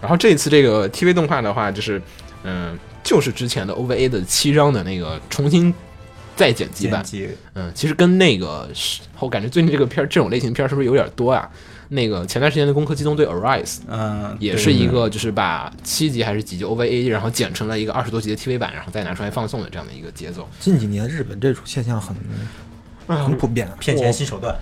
S1: 然后这次这个 TV 动画的话，就是嗯、就是之前的 OVA 的七章的那个重新再剪辑版
S4: 剪，辑
S1: 嗯，其实跟那个是，我感觉最近这个片儿这种类型片儿是不是有点多啊？那个前段时间的《攻壳机动队 Arise》
S4: 嗯，
S1: 也
S4: 对
S1: 是一个，就是把七集还是几集 OVA，然后剪成了一个二十多集的 TV 版，然后再拿出来放送的这样的一个节奏。
S5: 近几年日本这种现象很
S1: 嗯
S5: 很普遍啊，
S4: 骗钱新手段。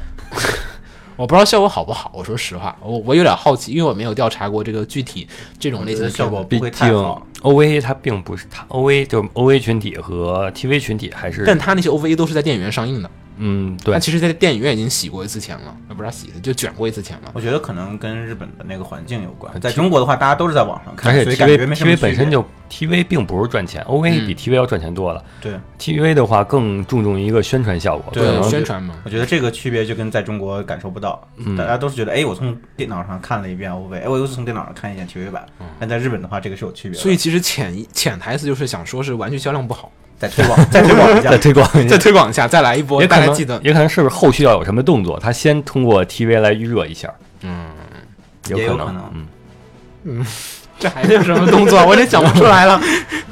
S1: 我不知道效果好不好，我说实话，我我有点好奇，因为我没有调查过这个具体这种类型的
S4: 效
S1: 片
S4: 果
S1: 子。
S4: 不
S2: 毕
S4: 会
S2: 竟
S4: 太好。
S2: OVA 它并不是它 OVA 就是 OVA 群体和 TV 群体还是
S1: 但他那些 OVA 都是在电影院上映的，
S2: 嗯对
S1: 他，其实，在电影院已经洗过一次钱了，呃不是洗的，就卷过一次钱了。
S4: 我觉得可能跟日本的那个环境有关，在中国的话，大家都是在网上看
S2: 而，且
S4: 所以感觉
S2: TV
S4: 没什
S2: TV
S4: 么区别嗯
S2: 本身就 TV 并不是赚钱，OVA 比 TV 要赚钱多了。
S4: 对，
S2: TV 的话更注重一个宣传效果，
S4: 对
S2: 可能
S4: 我
S1: 宣传嘛，
S4: 我觉得这个区别就跟在中国感受不到，
S2: 嗯
S4: 大家都是觉得，哎，我从电脑上看了一遍 OVA，哎，我又是从电脑上看一遍 TV 版，
S2: 嗯
S4: 但在日本的话，这个是有区别的，
S1: 所以其实潜潜台词就是想说是玩具销量不好，
S4: 再推广，再推广一 下
S2: 在，推广 一
S1: 再
S2: 下。
S1: 推广一下，再来一波，
S2: 也可
S1: 大家
S2: 能
S1: 记得，
S2: 也可能是不是后续要有什么动作，他先通过 TV 来预热一下，
S1: 嗯，
S2: 有
S4: 也有
S2: 可
S4: 可能
S2: 嗯，
S1: 这还有什么动作？我已经讲不出来了。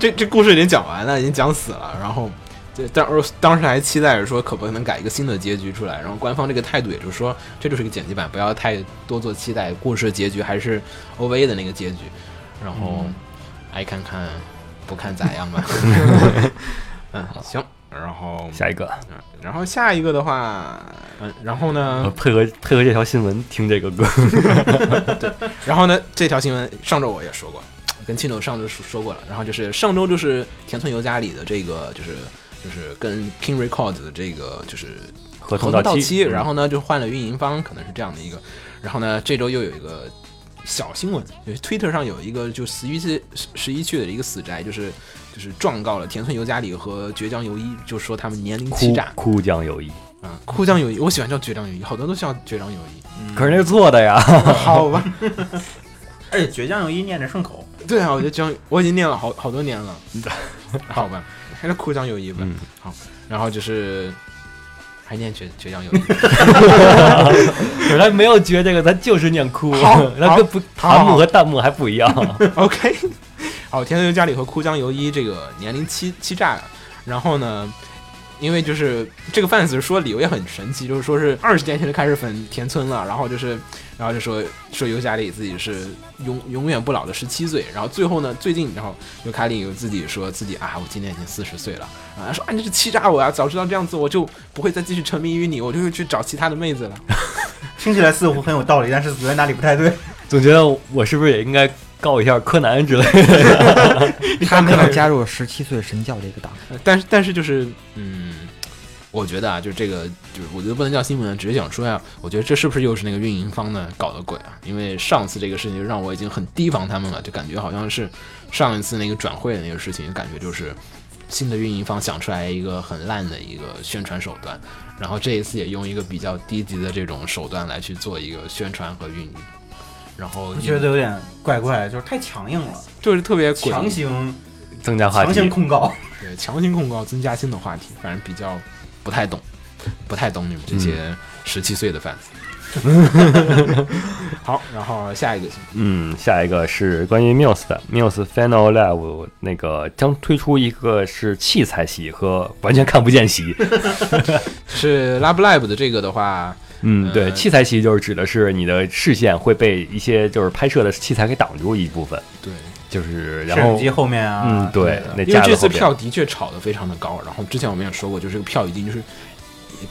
S1: 这这故事已经讲完了，已经讲死了。然后，对，当当时还期待着说可不可能改一个新的结局出来。然后官方这个态度也就是说，这就是个剪辑版，不要太多做期待。故事的结局还是 OVA 的那个结局。然后，爱看看不看咋样吧。嗯，行。然后，
S2: 下一个，
S1: 嗯然后下一个的话，嗯，然后呢
S2: 呃，配合配合这条新闻听这 个歌，
S1: 然后呢，这条新闻上周我也说过，跟青总上周说说过了。然后就是上周就是田村由佳里的这个就是就是跟 King Record 的这个就是
S2: 合
S1: 合
S2: 同
S1: 同
S2: 期，
S1: 期，
S2: 嗯
S1: 然后呢就换了运营方，可能是这样的一个。然后呢，这周又有一个小新闻，就是 Twitter 上有一个就十一区十一区的一个死宅，就是就是状告了田村由佳里和倔强由一，就说他们年龄欺
S2: 哭
S1: 诈
S2: 哭将有谊，
S1: 啊。哭将友谊，我喜欢叫倔强友谊，好多人都叫倔强友谊，
S2: 可是那是错的呀，
S1: 好吧。
S4: 而且倔强有一念着顺口，
S1: 对啊，我觉得江，我已经念了好好多年 了。好吧，还是哭江友谊吧。
S2: 嗯
S1: 好，然后就是还念倔倔 强友谊。
S2: 本来没有觉这个，咱就是念哭，
S1: 好
S2: 那跟不
S1: 好
S2: 弹幕和弹幕 还不一样，
S1: OK，好，田村由佳里和哭江由一这个年龄欺欺诈，啊然后呢，因为就是这个贩子说理由也很神奇，就是说是二十年前就开始粉田村了，然后就是，然后就说说尤加里自己是永永远不老的十七岁，然后最后呢，最近然后尤卡里有自己说自己啊，我今年已经四十岁了，啊，他说啊你是欺诈我呀、早知道这样子我就不会再继续沉迷于你，我就会去找其他的妹子了。
S4: 听起来似乎很有道理，但是总觉得哪里不太对。
S2: 总觉得我是不是也应该告一下柯南之类 的？
S5: 他没有加入十七岁神教这个档，
S1: 呃但是但是就是嗯，我觉得啊，就是这个就是我觉得不能叫新闻，只是想说呀、我觉得这是不是又是那个运营方呢搞的鬼啊？因为上次这个事情就让我已经很提防他们了，就感觉好像是上一次那个转会的那个事情，感觉就是新的运营方想出来一个很烂的一个宣传手段，然后这一次也用一个比较低级的这种手段来去做一个宣传和运营。然后
S4: 我觉得有点怪怪，就是太强硬了，
S1: 就是特别诡异
S4: 强行
S2: 增加话
S4: 强行
S2: 题，
S4: 控告。
S1: 对，强行控告增加新的话题，反正比较不太懂，不太懂你们这些十七岁的贩子。 好，然后下一个
S2: 嗯，下一个是关于 Muse 的 Muse Final Live 那个将推出一个是器材席和完全看不见 席。
S1: 是 Lab Live 的这个的话，
S2: 嗯，对，
S1: 呃
S2: 器材席就是指的是你的视线会被一些就是拍摄的器材给挡住一部分，
S1: 对，
S2: 就是
S4: 摄
S2: 然
S4: 影
S2: 后
S4: 机后面啊，
S2: 嗯对，那
S1: 因为
S2: 架
S1: 这
S2: 子
S1: 次
S2: 后面
S1: 票的确炒得非常的高，然后之前我们也说过，就是这个票已经就是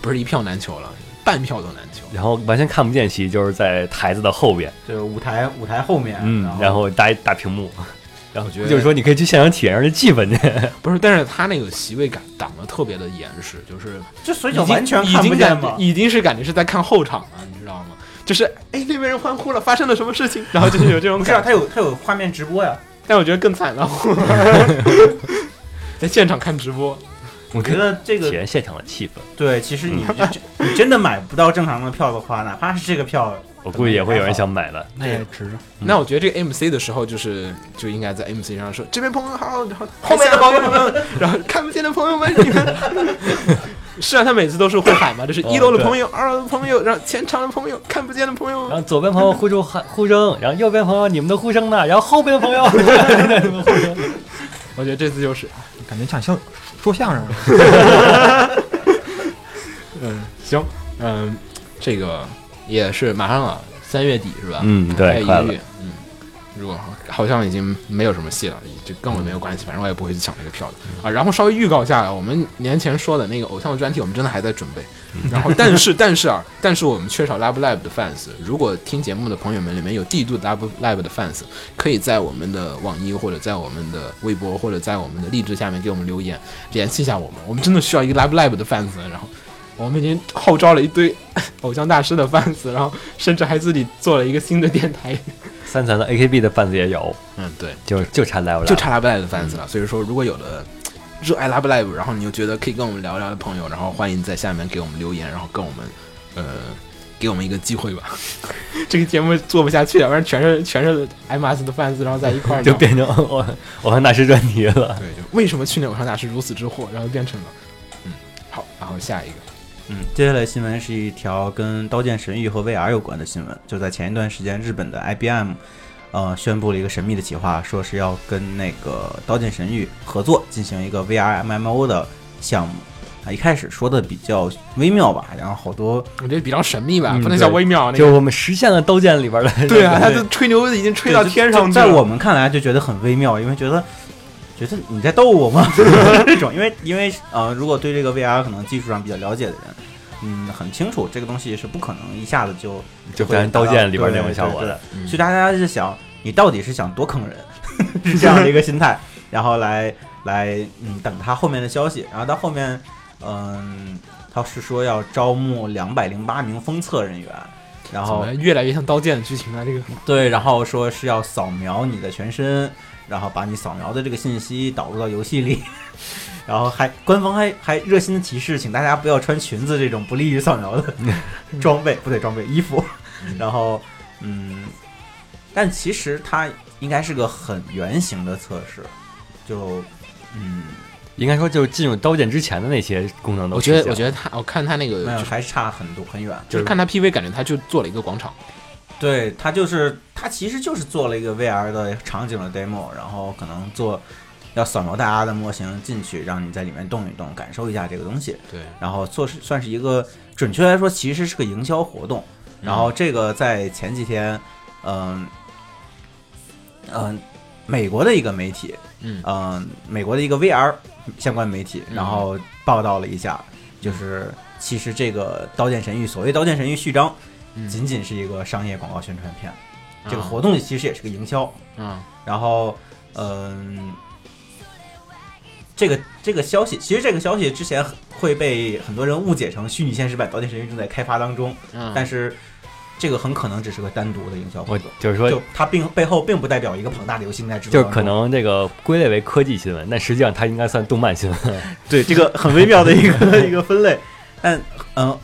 S1: 不是一票难求了，半票都难求。
S2: 然后完全看不见席就是在台子的后边，
S4: 就是舞台舞台后面，
S2: 嗯，然后大大屏幕， 然后
S1: 我觉得
S2: 就是说你可以去现场体验一下这气氛去。
S1: 不是，但是他那个席位感挡得特别的严实，就是
S4: 这所以
S1: 已
S4: 就
S1: 经
S4: 完全
S1: 已
S4: 看不
S1: 经
S4: 见
S1: 感
S4: 嘛
S1: 觉。已经是感觉是在看后场了，你知道吗？就是哎，那边人欢呼了，发生了什么事情？ 然后就是有这种
S4: 不是
S1: 感
S4: 啊，
S1: 觉。
S4: 它有它有画面直播呀。
S1: 但我觉得更惨了， 在现场看直播，
S2: 我
S4: 我觉得这
S2: 体
S4: 个
S2: 验现场的气氛，
S4: 对，其实你
S2: 嗯
S4: 这你真的买不到正常的票的话，哪怕是这个票，
S2: 我估计也会有人想买的。
S5: 那也值。
S1: 那我觉得这个 MC 的时候，就是就应该在 MC 上说这边朋友好，然后
S4: 后面的朋友
S1: 们，然后看不见的朋友们，你们。 是啊，他每次都是会喊嘛，就是一楼的朋友，二楼的朋友，然后前场的朋友，看不见的朋友
S2: 然，后左边朋友呼出喊呼声，然后右边朋友你们的呼声呢？然后后边朋友你们呼声。
S1: 我觉得这次就是，
S5: 感觉像像说相声，
S1: 嗯，行，嗯，这个也是马上了，三月底是吧？
S2: 嗯，
S1: 还有
S2: 对，
S1: 一
S2: 快
S1: 个
S2: 了
S1: 月，。嗯，如果好像已经没有什么戏了，就跟我没有关系，反正我也不会去抢这个票的啊。然后稍微预告一下，我们年前说的那个偶像专题，我们真的还在准备。
S2: 嗯
S1: 然后， 但是但是啊，但是我们缺少 Lab Lab 的 fans。如果听节目的朋友们里面有帝都 Lab Lab 的 fans，可以在我们的网易或者在我们的微博或者在我们的荔枝下面给我们留言，联系一下我们。我们真的需要一个 Lab Lab 的 fans。然后。我们已经号召了一堆 偶像大师的 fans，然后甚至还自己做了一个新的电台，
S2: 三层的 AKB 的贩子也有，
S1: 嗯，对，嗯
S2: 就就差 live 了，
S1: 就差 Love Live 的 fans 了。所以说，如果有的热爱 Love Live，然后你又觉得可以跟我们聊聊的朋友，然后欢迎在下面给我们留言，然后跟我们呃给我们一个机会吧。 这个节目做不下去了，不然全是全是 MS 的 fans，然后在一 块儿
S2: 就
S1: 聊
S2: 变成我我看大师专题 了。
S1: 对，就 为什么去年偶像大师如此之火，然后变成了嗯好，然后下一个
S4: 嗯，接下来新闻是一条跟《刀剑神域》和 VR 有关的新闻。就在前一段时间，日本的 IBM，呃，宣布了一个神秘的企划，说是要跟那个《刀剑神域》合作进行一个 VR MMO 的项目。啊，一开始说的比较微妙吧，然后好多
S1: 我觉得比较神秘吧，
S2: 嗯
S1: 不能叫微妙那
S2: 就
S1: 个。
S2: 我们实现了刀剑里边的，
S1: 对啊，他都吹牛已经吹到
S4: 对就
S1: 天上
S4: 就
S1: 去
S4: 在
S1: 了。
S4: 我们看来就觉得很微妙，因为觉得觉得你在逗我 吗？这种，因为因为呃，如果对这个 VR 可能技术上比较了解的人，嗯，很清楚这个东西是不可能一下子就
S2: 就
S4: 会
S2: 变成
S4: 达到
S2: 刀剑里边那
S4: 对
S2: 种
S4: 对
S2: 效
S4: 对
S2: 果
S4: 对
S2: 的。
S1: 嗯
S4: 所以大家是想，你到底是想多坑人， 是这样的一个心态，然后来来嗯等他后面的消息，然后到后面嗯，他是说要招募两百零八名封测人员，然
S1: 怎
S4: 后
S1: 么越来越像刀剑的剧情啊？这个
S4: 对，然后说是要扫描你的全身，然后把你扫描的这个信息导入到游戏里， 然后还官方还还热心的提示，请大家不要穿裙子这种不利于扫描的装备，不对，装备衣服。然后，嗯，但其实它应该是个很原型的测试，就嗯，
S2: 应该说就是进入刀剑之前的那些功能都
S1: 我
S2: 实
S1: 觉
S2: 现了。
S1: 得，我觉得他，我看他那个
S4: 没有
S1: 就是
S4: 还差很多很远。
S1: 就是看他 PV，感觉他就做了一个广场。
S4: 对他就是他其实就是做了一个 VR 的场景的 demo，然后可能做要扫描大家的模型进去，让你在里面动一动，感受一下这个东西。
S1: 对，
S4: 然后做是算是一个准确来说，其实是个营销活动。然
S1: 嗯
S4: 后这个在前几天，嗯、嗯、美国的一个媒体，
S1: 嗯
S4: 嗯、美国的一个 VR 相关媒体，
S1: 嗯
S4: 然后报道了一下，就是其实这个《刀剑神域》所谓《刀剑神域》序章，
S1: 嗯
S4: 仅仅是一个商业广告宣传片，
S1: 啊
S4: 这个活动其实也是个营销。
S1: 啊，
S4: 然后，嗯，这个这个消息，其实这个消息之前会被很多人误解成虚拟现实版《刀剑神域》正在开发当中，
S1: 嗯
S4: 但是这个很可能只是个单独的营销活
S2: 我
S4: 动，
S2: 就是说，
S4: 就它并背后并不代表一个庞大的游戏正在制
S2: 就
S4: 作
S2: 是
S4: 当中，
S2: 可能这个归类为科技新闻，但实际上它应该算动漫新闻。
S4: 对这个很微妙的一个 一个分类，但嗯、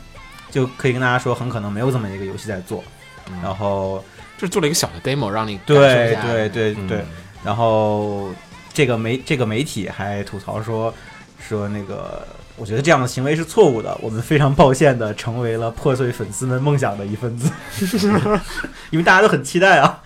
S4: 就可以跟大家说，很可能没有这么一个游戏在做，
S1: 嗯
S4: 然后
S1: 就是做了一个小的 demo 让你感受一
S4: 对
S1: 下
S4: 对对
S2: 嗯
S4: 对，然后这个媒这个媒体还吐槽说说那个，我觉得这样的行为是错误的，我们非常抱歉的成为了破碎粉丝们梦想的一份 子，因为大家都很期待啊。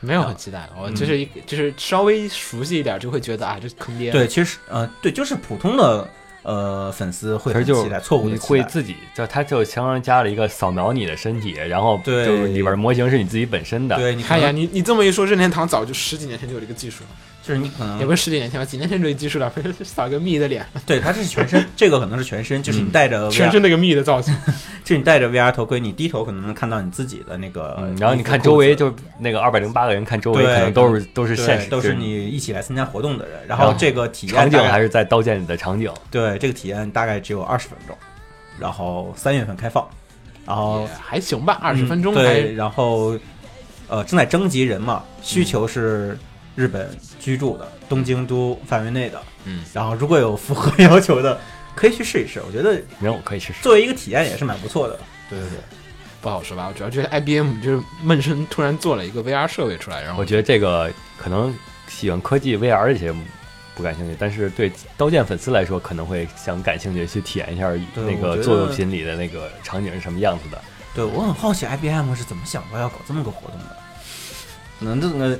S1: 没有很期待，我就是一就是稍微熟悉一点就会觉得啊，这坑爹。
S4: 对，其实呃，对，就是普通的呃粉丝
S2: 其
S4: 会
S2: 实
S4: 很
S2: 就
S4: 期待，
S2: 是
S4: 错误
S2: 你
S4: 的期
S2: 会
S4: 待。
S2: 自己，就它就相当于加了一个扫描你的身体，然后
S4: 对
S2: 就是里边模型是你自己本身的。
S4: 对，
S1: 你
S4: 你
S1: 看
S4: 看
S1: 一
S4: 呀
S1: 下，，哎你你这么一说，任天堂早就十几年前就有这个技术了，
S4: 就是你可
S1: 也
S4: 能
S1: 不是十几年前吧，几年前就有技术了，不是嗯扫个蜜的脸，
S4: 对，它是 全身，这个可能是全身，就是
S2: 嗯
S4: 你戴着 VR,
S1: 全身那个蜜的造型。
S4: 就是你戴着 VR 头盔，你低头可能能看到你自己的那个衣服
S2: 嗯
S4: 裤子，
S2: 然后你看周围，就是那个二百零八个人看周围，
S4: 对
S2: 可能都是都是现
S4: 对，
S2: 实，
S4: 都是
S2: 就
S4: 你一起来参加活动的人，然
S2: 然
S4: 后
S2: 后
S4: 这个体验
S2: 场景
S4: 大概
S2: 还是在刀剑里的场景。
S4: 对，这个体验大概只有二十分钟，然后三月份开放，然后
S1: 也还行吧，二十分钟
S4: 嗯
S1: 还
S4: 对，然后呃正在征集人嘛，需求是日本居住的、东京都范围内的，
S1: 嗯，
S4: 然后如果有符合要求的，可以去试一试，我觉得
S2: 人我可以试试。
S4: 作为一个体验也是蛮不错的。对对对，
S1: 不好说吧。我主要觉得 IBM 就是闷声突然做了一个 VR 设备出来，然后
S2: 我觉得这个可能喜欢科技 VR 这些不感兴趣，但是对刀剑粉丝来说可能会想感兴趣，去体验一下
S4: 对
S2: 那
S4: 我觉
S2: 个
S4: 得
S2: 作品里的那个场景是什么样子的。
S4: 对我很好奇 IBM 是怎么想到要搞这么个活动的，可能这个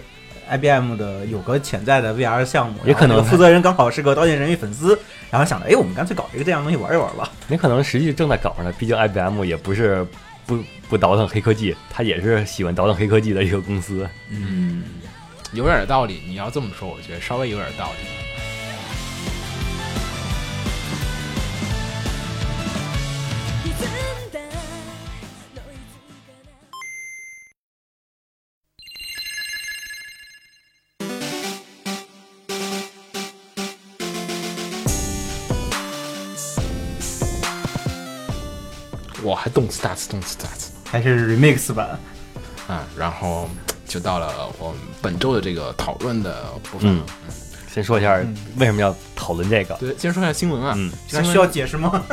S4: IBM 的有个潜在的 VR 项目，
S2: 也可能
S4: 然后那个负责人刚好是个刀剑神域粉丝，然后想着，哎，我们干脆搞一个这样的东西玩一玩吧。
S2: 也可能实际正在搞上呢，毕竟 IBM 也不是不不倒腾黑科技，它也是喜欢倒腾黑科技的一个公司。
S1: 嗯，有点道理。你要这么说，我觉得稍微有点道理。
S3: んだノイズがない
S1: 我还动次打次，动次打次
S4: 还是 remix 版，
S1: 啊。然后就到了我们本周的这个讨论的部分了。
S2: 先说一下为什么要讨论这个，
S1: 对，先说一下新闻啊。
S2: 嗯
S1: 新
S4: 那
S1: 闻
S4: 需要解释吗？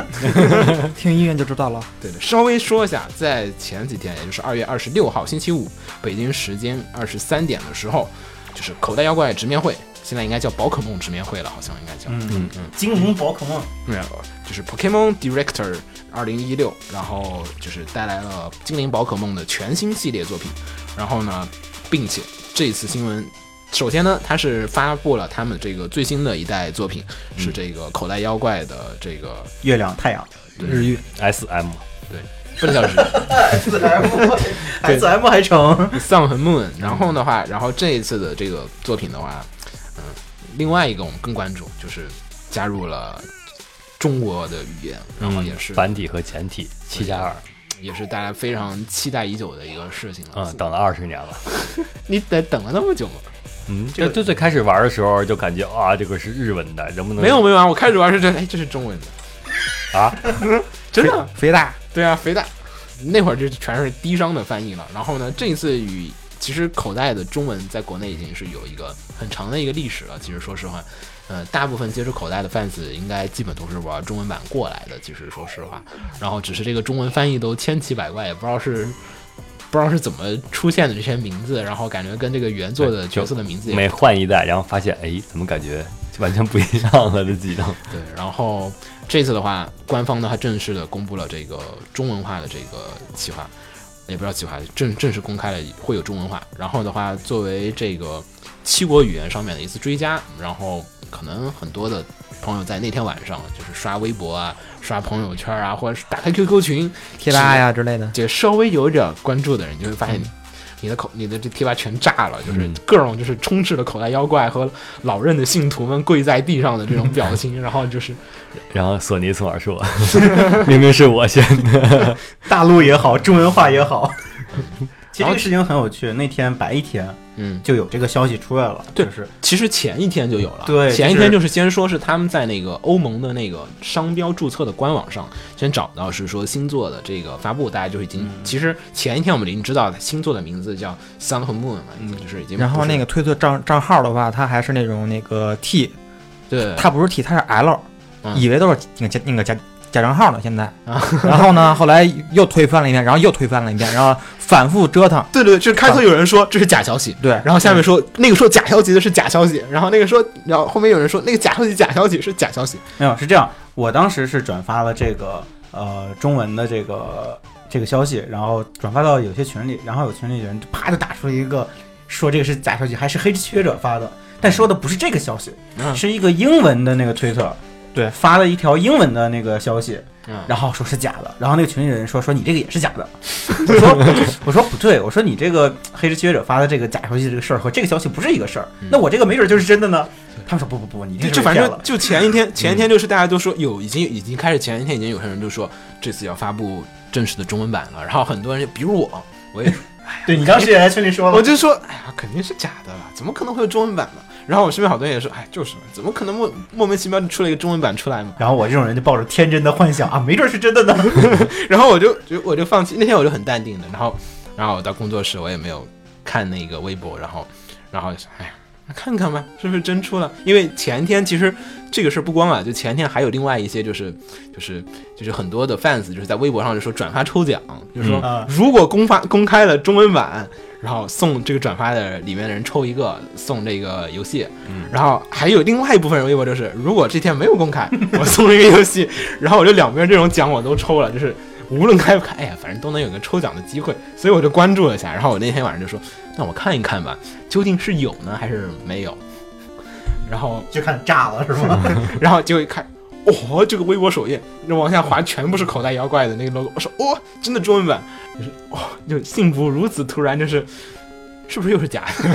S5: 听音乐就知道了。
S1: 对对，稍微说一下，在前几天，也就是二月二十六号星期五，北京时间二十三点的时候，就是口袋妖怪直面会，现在应该叫宝可梦直面会了，好像应该叫。
S4: 嗯嗯，精灵宝可梦，
S1: 没有，就是 Pokemon Director 二零一六，然后就是带来了精灵宝可梦的全新系列作品，然后呢，并且这次新闻，首先呢，它是发布了他们这个最新的一代作品，
S2: 嗯
S1: 是这个口袋妖怪的这个
S4: 月亮、太阳
S2: 日语 SM
S1: 对，不能叫日语
S4: ，S M S M 还成，
S1: Sun 和 Moon，然后的话，然后这一次的这个作品的话，嗯，另外一个我们更关注就是加入了中国的语言，然
S2: 嗯
S1: 后也是、
S2: 繁体和简体七加二，
S1: 也是大家非常期待已久的一个事情了。
S2: 嗯，等了二十年了。
S1: 你得等了那么久吗？
S2: 嗯，就就最开始玩的时候就感觉啊，这个是日文的，能不能
S1: 没有没有啊，我开始玩是觉得，哎，这是中文的，
S2: 嗯啊？
S1: 真的？
S5: 肥大，
S1: 对啊，肥大，那会儿就全是低商的翻译了。然后呢，这一次与其实口袋的中文在国内已经是有一个很长的一个历史了。其实说实话，呃，大部分接触口袋的贩子应该基本都是玩中文版过来的。其实说实话，然后只是这个中文翻译都千奇百怪，也不知道是。不知道是怎么出现的这些名字，然后感觉跟这个原作的
S2: 对
S1: 角色的名字也
S2: 每换一代，然后发现哎，怎么感觉完全不一样了？这技能，
S1: 对，然后这次的话，官方呢还正式的公布了这个中文化的这个企划，也不知道企划正正式公开了会有中文化。然后的话，作为这个七国语言上面的一次追加，然后可能很多的朋友在那天晚上就是刷微博啊、刷朋友圈啊，或者是打开 QQ 群，
S5: 贴吧呀之类的，
S1: 就稍微有一点关注的人，你就会发现你的口、你的这贴吧全炸了，就是
S2: 嗯
S1: 各种就是充斥着口袋妖怪和老任的信徒们跪在地上的这种表情，然后就是
S2: 然后索尼从而说，明明是我先
S4: 大陆也好，中文化也好。其实这个事情很有趣，那天白一天
S1: 嗯。
S4: 就有这个消息出来了，
S1: 对
S4: 就是
S1: 其实前一天就有了，
S4: 对
S1: 前一
S4: 就是
S1: 天就是先说是他们在那个欧盟的那个商标注册的官网上先找到是说星座的这个发布，大家就已经、其实前一天我们已经知道星座的名字叫 Sun 和 Moon 了，已经就是已经
S5: 然后
S1: 不是
S5: 那个推特账账号的话，它还是那种那个 T，
S1: 对
S5: 它不是 T，它是 L，、
S1: 嗯
S5: 以为都是那个假那个假假账号呢。现在，
S1: 啊
S5: 然后 呢，后来又推翻了一遍，然后又推翻了一遍，然后反复折腾。
S1: 对对，就是开头有人说这是假消息，
S5: 对，
S1: 然后下面说那个说假消息的是假消息，然后那个说，然后后面有人说那个假消息假消息是假消息，
S4: 没有是这样，我当时是转发了这个呃中文的这个这个消息，然后转发到有些群里，然后有群里人就啪就打出了一个说这个是假消息，还是黑学者发的，但说的不是这个消息，
S1: 嗯
S4: 是一个英文的那个推特。
S5: 对
S4: 发了一条英文的那个消息，
S1: 嗯
S4: 然后说是假的，然后那个群里人说说你这个也是假的，我说我说不对，我说你这个黑学者发的这个假消息这个事儿和这个消息不是一个事儿，那我这个没准就是真的呢。他们说不不不，你这
S1: 就是反
S4: 骗
S1: 正
S4: 了。
S1: 就前一天，前一天就是大家都说有已经已经开始，前一天已经有些人就说这次要发布正式的中文版了，然后很多人比如我，我也
S4: 对你当时也在群里说
S1: 我就说哎呀肯定是假的了，怎么可能会有中文版呢？然后我身边好多人也说哎就是嘛，怎么可能莫莫名其妙就出了一个中文版出来嘛？
S4: 然后我这种人就抱着天真的幻想啊，没准是真的呢。
S1: 然后我就就我就放弃，那天我就很淡定的，然后然后我到工作室我也没有看那个微博，然后然后就想，哎呀，那看看吧，是不是真出了？因为前天其实这个事儿不光啊，就前天还有另外一些就是就是就是很多的 fans 就是在微博上就说转发抽奖，就是说、
S4: 嗯
S1: 如果公发公开了中文版。然后送这个转发的里面的人抽一个送这个游戏，然后还有另外一部分人微博就是，如果这天没有公开，我送了一个游戏，然后我就两边这种奖我都抽了，就是无论开不开，哎呀，反正都能有个抽奖的机会，所以我就关注了一下。然后我那天晚上就说，那我看一看吧，究竟是有呢还是没有。然后，
S4: 就看炸了是吗？
S1: 然后结果一看，哦，这个微博首页，那往下滑全部是口袋妖怪的那个 logo。我说，哦，真的中文版，就是哦，就幸福如此突然，就是是不是又是假 的？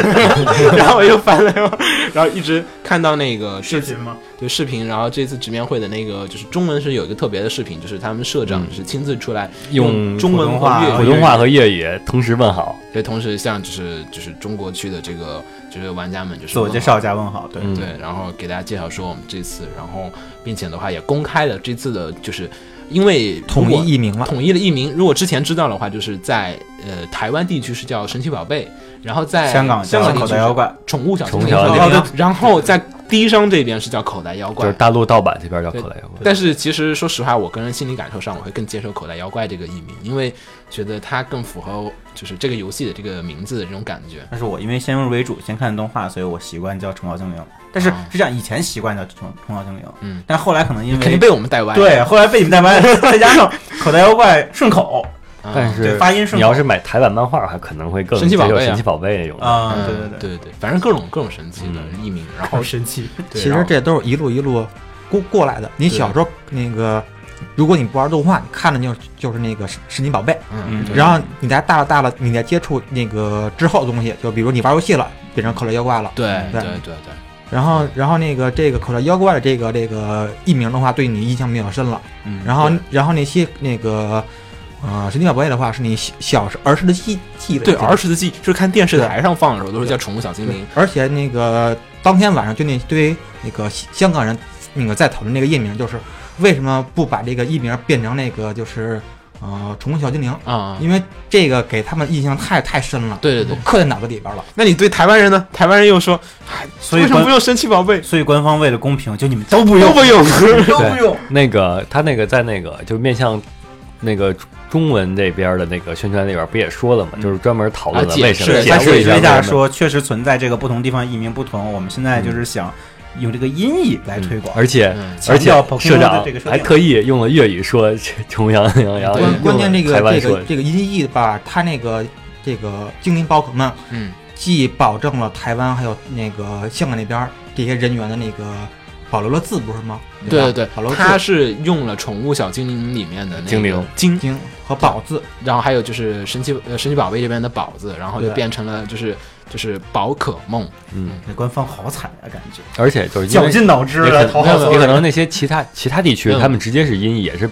S1: 然后我又翻了一会儿，然后一直看到那个这次
S4: 吗？
S1: 对视频，然后这次直面会的那个就是中文是有一个特别的视频，就是他们社长
S2: 嗯
S1: 是亲自出来
S2: 用
S1: 中文
S4: 普通
S1: 和哦
S4: 话
S1: 粤语
S2: 普通话和粤语同时问好。
S1: 对，同时像就是就是中国区的这个就是玩家们就是
S4: 自我介绍加问号，对，
S2: 嗯
S1: 问候，对，然后给大家介绍说我们这次，然后并且的话也公开了这次的，就是因为如
S5: 统
S1: 果
S5: 一译名了，
S1: 统一了译名，如果之前知道的话，就是在呃台湾地区是叫神奇宝贝，然后在
S4: 香港
S1: 香
S4: 叫
S1: 港地
S4: 口
S1: 区
S4: 袋妖怪，
S1: 是宠物小
S2: 宠物
S1: 精灵
S2: 小
S4: 精灵
S1: 哦对然后在低商这边是叫口袋妖
S2: 就是
S1: 怪。
S2: 大陆盗版这边叫口袋妖怪，
S1: 但是其实说实话，我个人心理感受上，我会更接受“口袋妖怪”这个译名，因为觉得它更符合就是这个游戏的这个名字的这种感觉。
S4: 但是我因为先入为主，先看动画，所以我习惯叫虫草精灵。但是
S1: 啊
S4: 是这样，以前习惯叫虫虫草精灵，
S1: 嗯，
S4: 但后来可能因
S1: 肯定
S4: 为
S1: 被我嗯们带歪。
S4: 对，后来被你们带歪， 再加上口袋妖怪顺口，
S1: 嗯，
S2: 但是
S4: 对发音顺口。
S2: 你要是买台版漫画，还可能会更
S1: 神
S2: 接
S1: 奇宝贝
S2: 受
S1: 啊
S2: 神奇宝贝那种的。
S4: 啊，
S1: 嗯，
S4: 对
S1: 对
S4: 对对，
S1: 对对，反正各种各种神奇的
S2: 嗯
S1: 译名，然后
S4: 好神奇。
S1: 对
S5: 其实
S1: 然后
S5: 这都是一路一路过过来的。你
S1: 对
S5: 小时候那个，如果你不玩动画，你看的就是就是那个神神奇宝贝，
S1: 嗯，
S4: 嗯
S1: 对
S5: 然后你再大了大了，你再接触那个之后的东西，就比如你玩游戏了，变成口袋妖怪了，
S1: 对嗯对
S5: 对
S1: 对对对，
S5: 然后然后那个这个口袋妖怪的这个这个艺名的话，对你印象比较深了。
S4: 嗯
S5: 然后然后那些那个呃神奇宝贝的话，是你小小时儿时的记记忆了。
S1: 对儿时的记忆，就是看电视台上放的时候都是叫《宠物小精
S5: 对
S1: 灵
S5: 而且那个当天晚上就那堆那个香香港人那个在讨论这个艺名，就是为什么不把这个艺名变成那个就是呃宠物小精灵？》
S1: 啊。
S5: 因为这个给他们印象太太深了，
S1: 对对对
S5: 都刻在脑子里边了。
S1: 那你对台湾人呢？台湾人又说，哎
S4: 所以
S1: 为什么
S4: 官
S1: 不用神奇宝贝？
S4: 所以官方为了公平，就你们都不
S1: 都
S4: 用，
S1: 不 用。
S4: 都
S2: 对
S4: 不用。
S2: 那个他那个在那个就面向那个中文这边的那个宣传里边不也说了嘛，
S4: 嗯
S2: 就是专门讨论
S1: 啊
S2: 了
S1: 解
S2: 为什
S1: 释
S2: 么
S1: 对
S4: 对，
S1: 解
S4: 他
S2: 释
S4: 解
S2: 一
S4: 释一
S2: 下
S4: 下
S2: 为什么
S4: 说，确实存在这个不同地方译名不同。我们现在就是想用这个音译来推广，
S2: 而且
S1: 嗯
S2: 而且
S4: 强调 Pokemon
S2: 社
S4: 的
S2: 长
S4: 这个设定
S2: 还特意用了粤语说 “重阳阳阳”，
S1: 对
S5: 关关键这
S2: 台
S5: 个
S2: 湾
S5: 这
S2: 说
S5: 个这个音译吧，它那个这个精灵宝可梦
S1: 嗯，
S5: 既保证了台湾还有那个香港那边这些人员的那个保留了字，不是吗？
S1: 对
S5: 对
S1: 对
S5: 吧保留
S1: 对，
S5: 字
S1: 他是用了《宠物小精灵》里面的那个
S2: 精灵
S1: 精，
S5: 精和宝字，
S1: 然后还有就是神奇呃神奇宝贝这边的宝字，然后就
S4: 对
S1: 变成了就是就是宝可梦，
S2: 嗯，
S4: 那官方好惨啊，感觉
S2: 而且就是因
S4: 绞
S2: 为
S4: 尽脑汁
S2: 也
S4: 了，
S2: 可
S4: 啊讨
S2: 能
S4: 好
S2: 也
S4: 所有
S2: 可能
S4: 人。
S2: 那些其他其他地区
S1: 嗯
S2: 他们直接是音译也是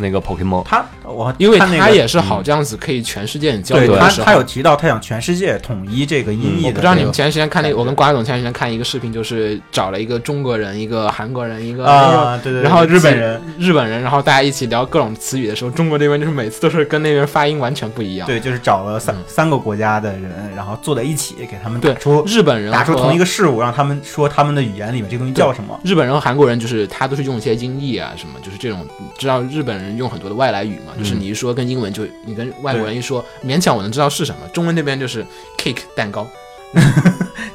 S2: 那个 Pokemon，
S4: 他我
S1: 因为
S4: 看那
S1: 他
S4: 个
S1: 也是好这样子可以全世界你交
S4: 对
S1: 流
S4: 他
S1: 的时候
S4: 他。有提到他想全世界统一这个音
S2: 嗯
S1: 我
S4: 译的这个，
S1: 不知道你们前段时间看那个，
S4: 对
S1: 我跟瓜总前段时间看一个视频，就是找了一个中国人、一个韩国人、一个
S4: 啊，对对，对
S1: 然后
S4: 日本人，
S1: 日本人，然后大家一起聊各种词语的时候，中国这边就是每次都是跟那边发音完全不一样。，
S4: 对，就是找了三
S1: 嗯
S4: 三个国家的人，然后坐在一起，给他们打
S1: 对
S4: 出
S1: 日本人
S4: 打出
S1: 和
S4: 同一个事物，让他们说他们的语言里面这个东西叫什么。
S1: 日本人和韩国人就是他都是用一些音译啊什么，就是这种知道日本人用很多的外来语嘛，
S4: 嗯
S1: 就是你一说跟英文就你跟外国人一说，勉强我能知道是什么。中文那边就是 cake 蛋糕，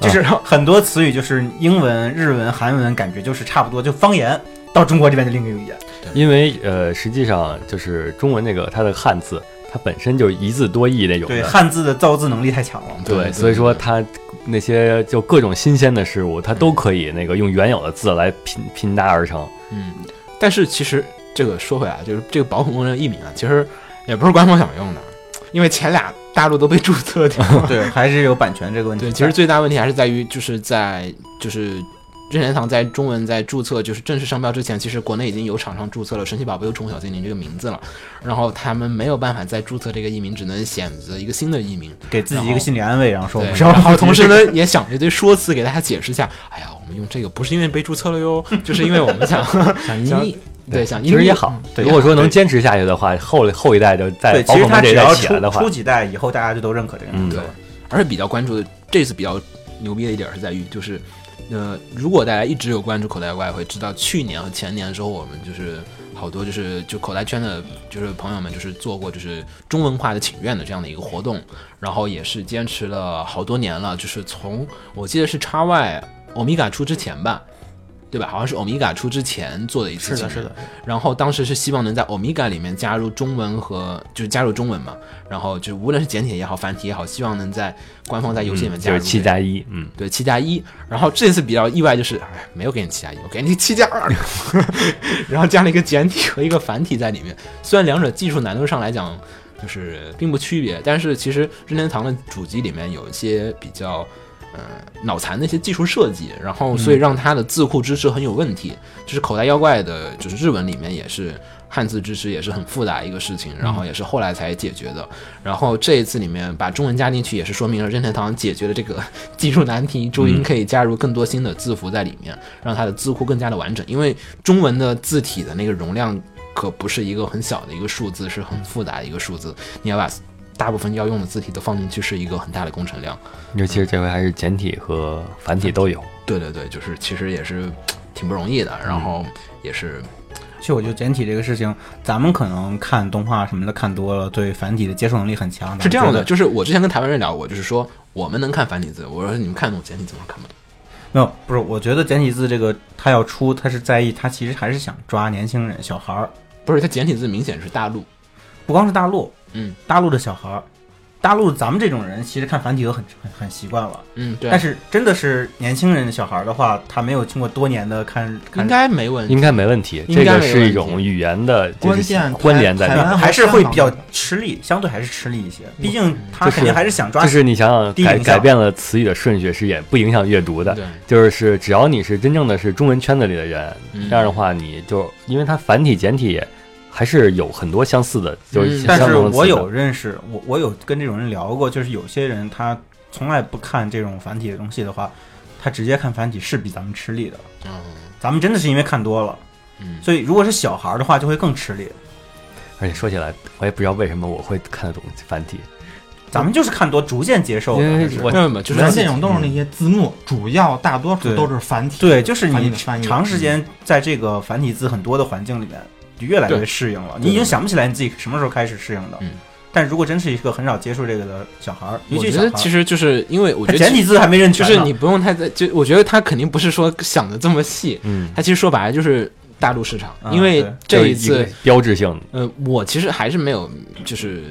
S4: 就是啊很多词语，就是英文、日文、韩文，感觉就是差不多，就方言。到中国这边就另一个语言，
S2: 因为呃实际上就是中文那个它的汉字它本身就是一字多义那种
S4: 对
S2: 的，
S4: 汉字的造字能力太强了。
S2: 对，所以说它那些就各种新鲜的事物，它都可以那个用原有的字来拼拼搭而成。
S1: 嗯，但是其实这个说回来，就是这个宝可梦的译名啊，其实也不是官方想用的，因为前俩大陆都被注册掉了。
S4: 对，还是有版权这个问题在。
S1: 对，其实最大问题还是在于，就是在就是任天堂在中文在注册就是正式商标之前，其实国内已经有厂商注册了《神奇宝贝》和《宠物小精灵》这个名字了，然后他们没有办法再注册这个译名，只能选择一个新的译名。
S4: 给自己一个心理安慰，然后说我
S1: 对
S4: 们，是要
S1: 然后同时
S4: 呢，
S1: 呢也想了一堆说辞给大家解释一下，哎呀，我们用这个不是因为被注册了哟，就是因为我们想
S5: 想音
S1: 想
S5: 译，
S1: 对想
S2: 其实
S1: 音译
S2: 也好，
S4: 嗯对
S2: 如果说能坚持下去的话，后后一代就在
S4: 对，
S2: 宝
S4: 其实
S2: 可梦
S4: 他
S2: 这
S4: 只
S2: 一代
S4: 要
S2: 起来的
S4: 出
S2: 话嗯
S4: 出，几代以后，大家就都认可这个
S1: 嗯
S4: 名字了。
S1: 而且比较关注的这次比较牛逼的一点是在于，就是呃，如果大家一直有关注口袋怪，会知道去年和前年的时候，我们就是好多就是就口袋圈的，就是朋友们就是做过就是中文化的请愿的这样的一个活动，然后也是坚持了好多年了，就是从我记得是叉 Y 欧米伽出之前吧。对吧？好像是欧米伽出之前做的一次请愿，
S5: 是的是的
S1: 然后当时是希望能在欧米伽里面加入中文和就是加入中文嘛，然后就是无论是简体也好，繁体也好，希望能在官方在游戏里面
S2: 嗯
S1: 加
S2: 就
S1: 入、
S2: 是七加一，嗯，
S1: 对七加一。然后这次比较意外就是，哎，没有给你七加一，我给你七加二， 然后加了一个简体和一个繁体在里面。虽然两者技术难度上来讲就是并不区别，但是其实任天堂的主机里面有一些比较。呃，脑残的一些技术设计，然后所以让它的字库支持很有问题。就是口袋妖怪的，就是日文里面也是汉字支持也是很复杂一个事情，然后也是后来才解决的。然后这一次里面把中文加进去，也是说明了任天堂解决了这个 技术难题，终于可以加入更多新的字符在里面，让它的字库更加的完整。因为中文的字体的那个容量可不是一个很小的一个数字，是很复杂的一个数字，你要把。大部分要用的字体都放进去是一个很大的工程量，
S2: 尤其是这回还是简体和繁体都有。
S1: 对对对，就是其实也是挺不容易的，然后也是
S4: 其实我觉得简体这个事情，咱们可能看动画什么的看多了，对繁体的接受能力很强。
S1: 是这样的，
S4: 咱们觉得，
S1: 就是我之前跟台湾人聊过，就是说我们能看繁体字，我说你们看懂简体字吗？看不懂。
S4: 没有不是，我觉得简体字这个他要出，他是在意，他其实还是想抓年轻人、小孩儿，
S1: 不是，它简体字明显是大陆，
S4: 不光是大陆，
S1: 嗯，
S4: 大陆的小孩儿，大陆咱们这种人其实看繁体都很很很习惯了。
S1: 嗯，对啊，
S4: 但是真的是年轻人的小孩儿的话，他没有经过多年的看看
S1: 应该没问题。
S2: 应该没问题，
S1: 嗯应该没
S2: 这个
S1: 问题
S2: 是一种语言的就是
S5: 关键
S2: 关联在
S5: 台
S2: 里面。
S5: 湾
S4: 还是会比较
S5: 香港
S4: 吃力，相对还是吃力一些。毕竟他
S2: 就是
S4: 肯定还是想抓，
S2: 就是你想想，
S4: 第一
S2: 改
S4: 影响
S2: 改变了词语的顺序是也不影响阅读的。
S1: 对，
S2: 就是是只要你是真正的是中文圈子里的人，
S1: 嗯
S2: 这样的话你就因为它繁体简体还是有很多相似的，就是
S1: 嗯
S2: 相
S4: 但
S2: 同
S4: 是
S2: 的词的。
S4: 我有认识，我我有跟这种人聊过，就是有些人他从来不看这种繁体的东西的话，他直接看繁体是比咱们吃力的。
S1: 嗯
S4: 咱们真的是因为看多了，
S1: 嗯，
S4: 所以如果是小孩儿的话，就会更吃力。
S2: 而且说起来，我也不知道为什么我会看得懂繁体，
S4: 咱们就是看多，逐渐接受的。
S2: 因为
S4: 还是
S2: 我
S1: 没有没有，就是
S5: 咱这种都是那些字幕，主要大多数都是繁体。
S4: 对，就是
S5: 繁
S4: 你
S5: 体的
S1: 嗯
S5: 翻译
S4: 长时间在这个繁体字很多的环境里面，就越来越
S1: 对
S4: 适应了。
S1: 对
S4: 你已经想不起来你自己什么时候开始适应的
S1: 嗯。
S4: 但如果真是一个很少接触这个的小孩儿，尤
S1: 我
S4: 其
S1: 觉
S4: 是小
S1: 得
S4: 孩儿
S1: 其实就是因为我觉
S4: 他
S1: 得
S4: 简体字还没认
S1: 就
S4: 全
S1: 是
S4: 呢
S1: 你不用太在就，我觉得他肯定不是说想的这么细，
S2: 嗯，
S1: 他其实说白了就是大陆市场，
S4: 嗯
S1: 因为
S4: 对
S1: 这
S2: 就
S1: 一
S2: 是个
S1: 次，
S2: 标志性的，
S1: 呃，我其实还是没有，就是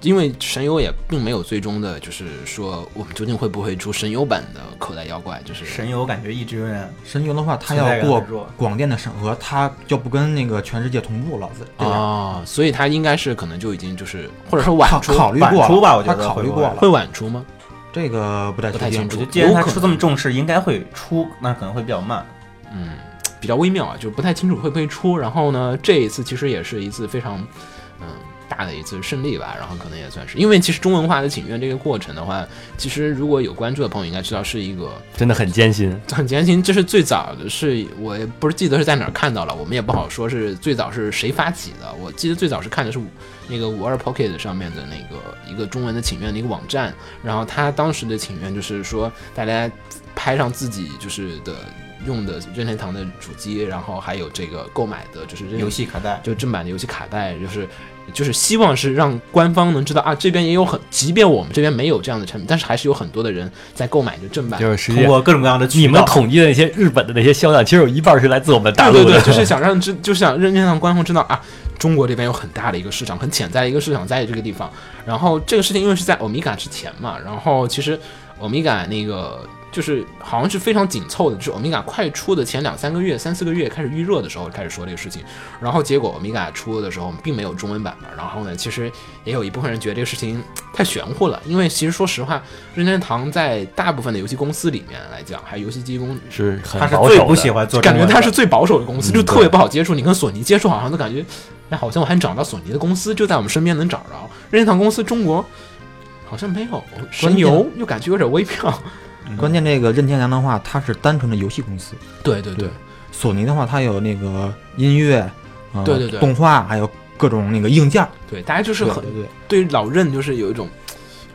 S1: 因为神游也并没有最终的，就是说我们究竟会不会出神游版的口袋妖怪，就是
S4: 神游，感觉一直永远
S5: 神游的话，它
S4: 存在
S5: 要
S4: 感
S5: 过
S4: 很弱
S5: 广电的审核，它就不跟那个全世界同步了。这这边
S1: 哦，所以他应该是可能就已经就是或者说晚
S5: 考
S1: 出，
S5: 考虑
S4: 啊晚
S5: 过
S4: 出吧
S5: 了
S4: 我觉
S5: 他
S4: 得
S5: 考
S4: 会
S5: 虑
S4: 不
S5: 过
S4: 会
S5: 了，
S1: 会晚出吗？
S5: 这个不太
S1: 不太
S5: 确定
S1: 清楚
S4: 我觉得既
S1: 有
S4: 然他
S1: 可
S4: 出这
S1: 能
S4: 么重视，应该会出，那可能会比较慢。
S1: 嗯，比较微妙啊，就是不太清楚会不会出。然后呢，这一次其实也是一次非常嗯大的一次胜利吧，然后可能也算是，因为其实中文化的请愿这个过程的话，其实如果有关注的朋友应该知道是一个
S2: 真的很艰辛。
S1: 很艰辛，这是最早的是，我也不是记得是在哪儿看到了，我们也不好说是最早是谁发起的。我记得最早是看的是五那个五二 Pocket 上面的那个一个中文的请愿的一个网站，然后他当时的请愿就是说大家拍上自己就是的用的任天堂的主机，然后还有这个购买的就是任
S4: 游戏卡带，
S1: 就正版的游戏卡带，就是就是希望是让官方能知道啊，这边也有很，即便我们这边没有这样的产品，但是还是有很多的人在购买着正版。
S2: 就是实际
S4: 通过各种各样的渠
S2: 你们
S4: 道
S2: 统计的那些日本的那些销量，其实有一半是来自我们大陆
S1: 对
S2: 的，
S1: 对 对，就是想让知，就是想让让官方知道啊，中国这边有很大的一个市场，很潜在的一个市场在这个地方。然后这个事情因为是在欧米伽之前嘛，然后其实欧米伽那个就是好像是非常紧凑的，就是欧米伽快出的前两三个月、三四个月开始预热的时候开始说这个事情，然后结果欧米伽出的时候并没有中文版嘛，然后呢，其实也有一部分人觉得这个事情太玄乎了，因为其实说实话，任天堂在大部分的游戏公司里面来讲，还有游戏机公
S2: 是很
S4: 他是
S2: 保
S4: 最
S2: 守
S4: 不
S2: 的
S4: 喜欢做中
S1: 感
S4: 文
S1: 觉
S4: 的，
S1: 它是最保守的公司，
S2: 嗯
S1: 就特别不好接触。你跟索尼接触，好像都感觉，哎，好像我还找不到索尼的公司，就在我们身边能找着。任天堂公司中国好像没有，神游又感觉有点微妙。
S4: 嗯
S5: 关键这个任天堂的话，它是单纯的游戏公司；
S1: 对对
S5: 对索尼的话，它有那个音乐，呃
S1: 对对对
S5: 动画，还有各种那个硬件。
S1: 对，大家就是很
S5: 对对，
S1: 对老任就是有一种，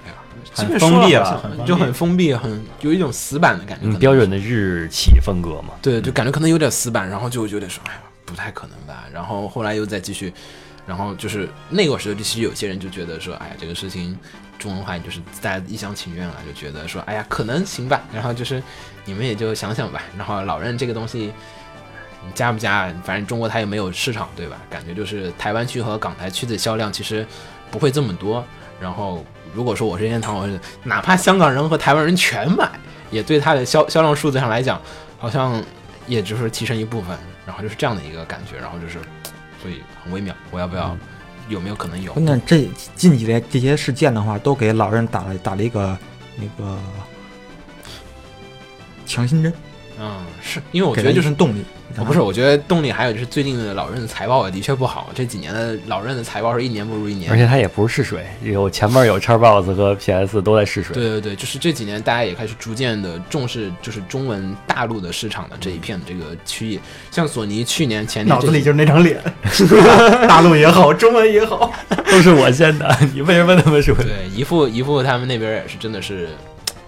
S1: 哎呀，即便
S4: 很
S1: 说
S4: 封闭
S1: 了
S4: 了
S1: 好像
S4: 很封闭
S1: 就很封闭，很有一种死板的感觉。可
S2: 嗯
S1: 能
S2: 标准的日企风格嘛。
S1: 对，就感觉可能有点死板，然后就有点说，哎呀，不太可能吧。然后后来又再继续，然后就是那个时候，其实有些人就觉得说，哎呀，这个事情中文化就是大家一厢情愿了，就觉得说，哎呀，可能行吧。然后就是你们也就想想吧。然后老任这个东西。你加不加？反正中国它也没有市场，对吧？感觉就是台湾区和港台区的销量其实不会这么多。然后如果说我是任天堂，我是哪怕香港人和台湾人全买，也对它的销销量数字上来讲，好像也就是提升一部分，然后就是这样的一个感觉，然后就是，所以很微妙。我要不要？有没有可能有？
S5: 关键这近几年这些事件的话，都给老人打了打了一个那个强心针，
S1: 嗯，是因为我
S5: 给
S1: 觉得
S5: 了一
S1: 就是
S5: 份动力。
S1: 哦，不是，我觉得动力还有就是最近的老任的财报也的确不好，这几年的老任的财报是一年不如一年。
S2: 而且它也不是试水，有前面有 Xbox 和 PS 都在试水，
S1: 对对对，就是这几年大家也开始逐渐的重视，就是中文大陆的市场的这一片这个区域。像索尼去年前年
S4: 脑
S1: 这
S4: 子里就是那张脸， 大陆也好，中文也好，
S2: 都是我先的。 你为什么那么说？
S1: 对，姨父姨父他们那边也是真的是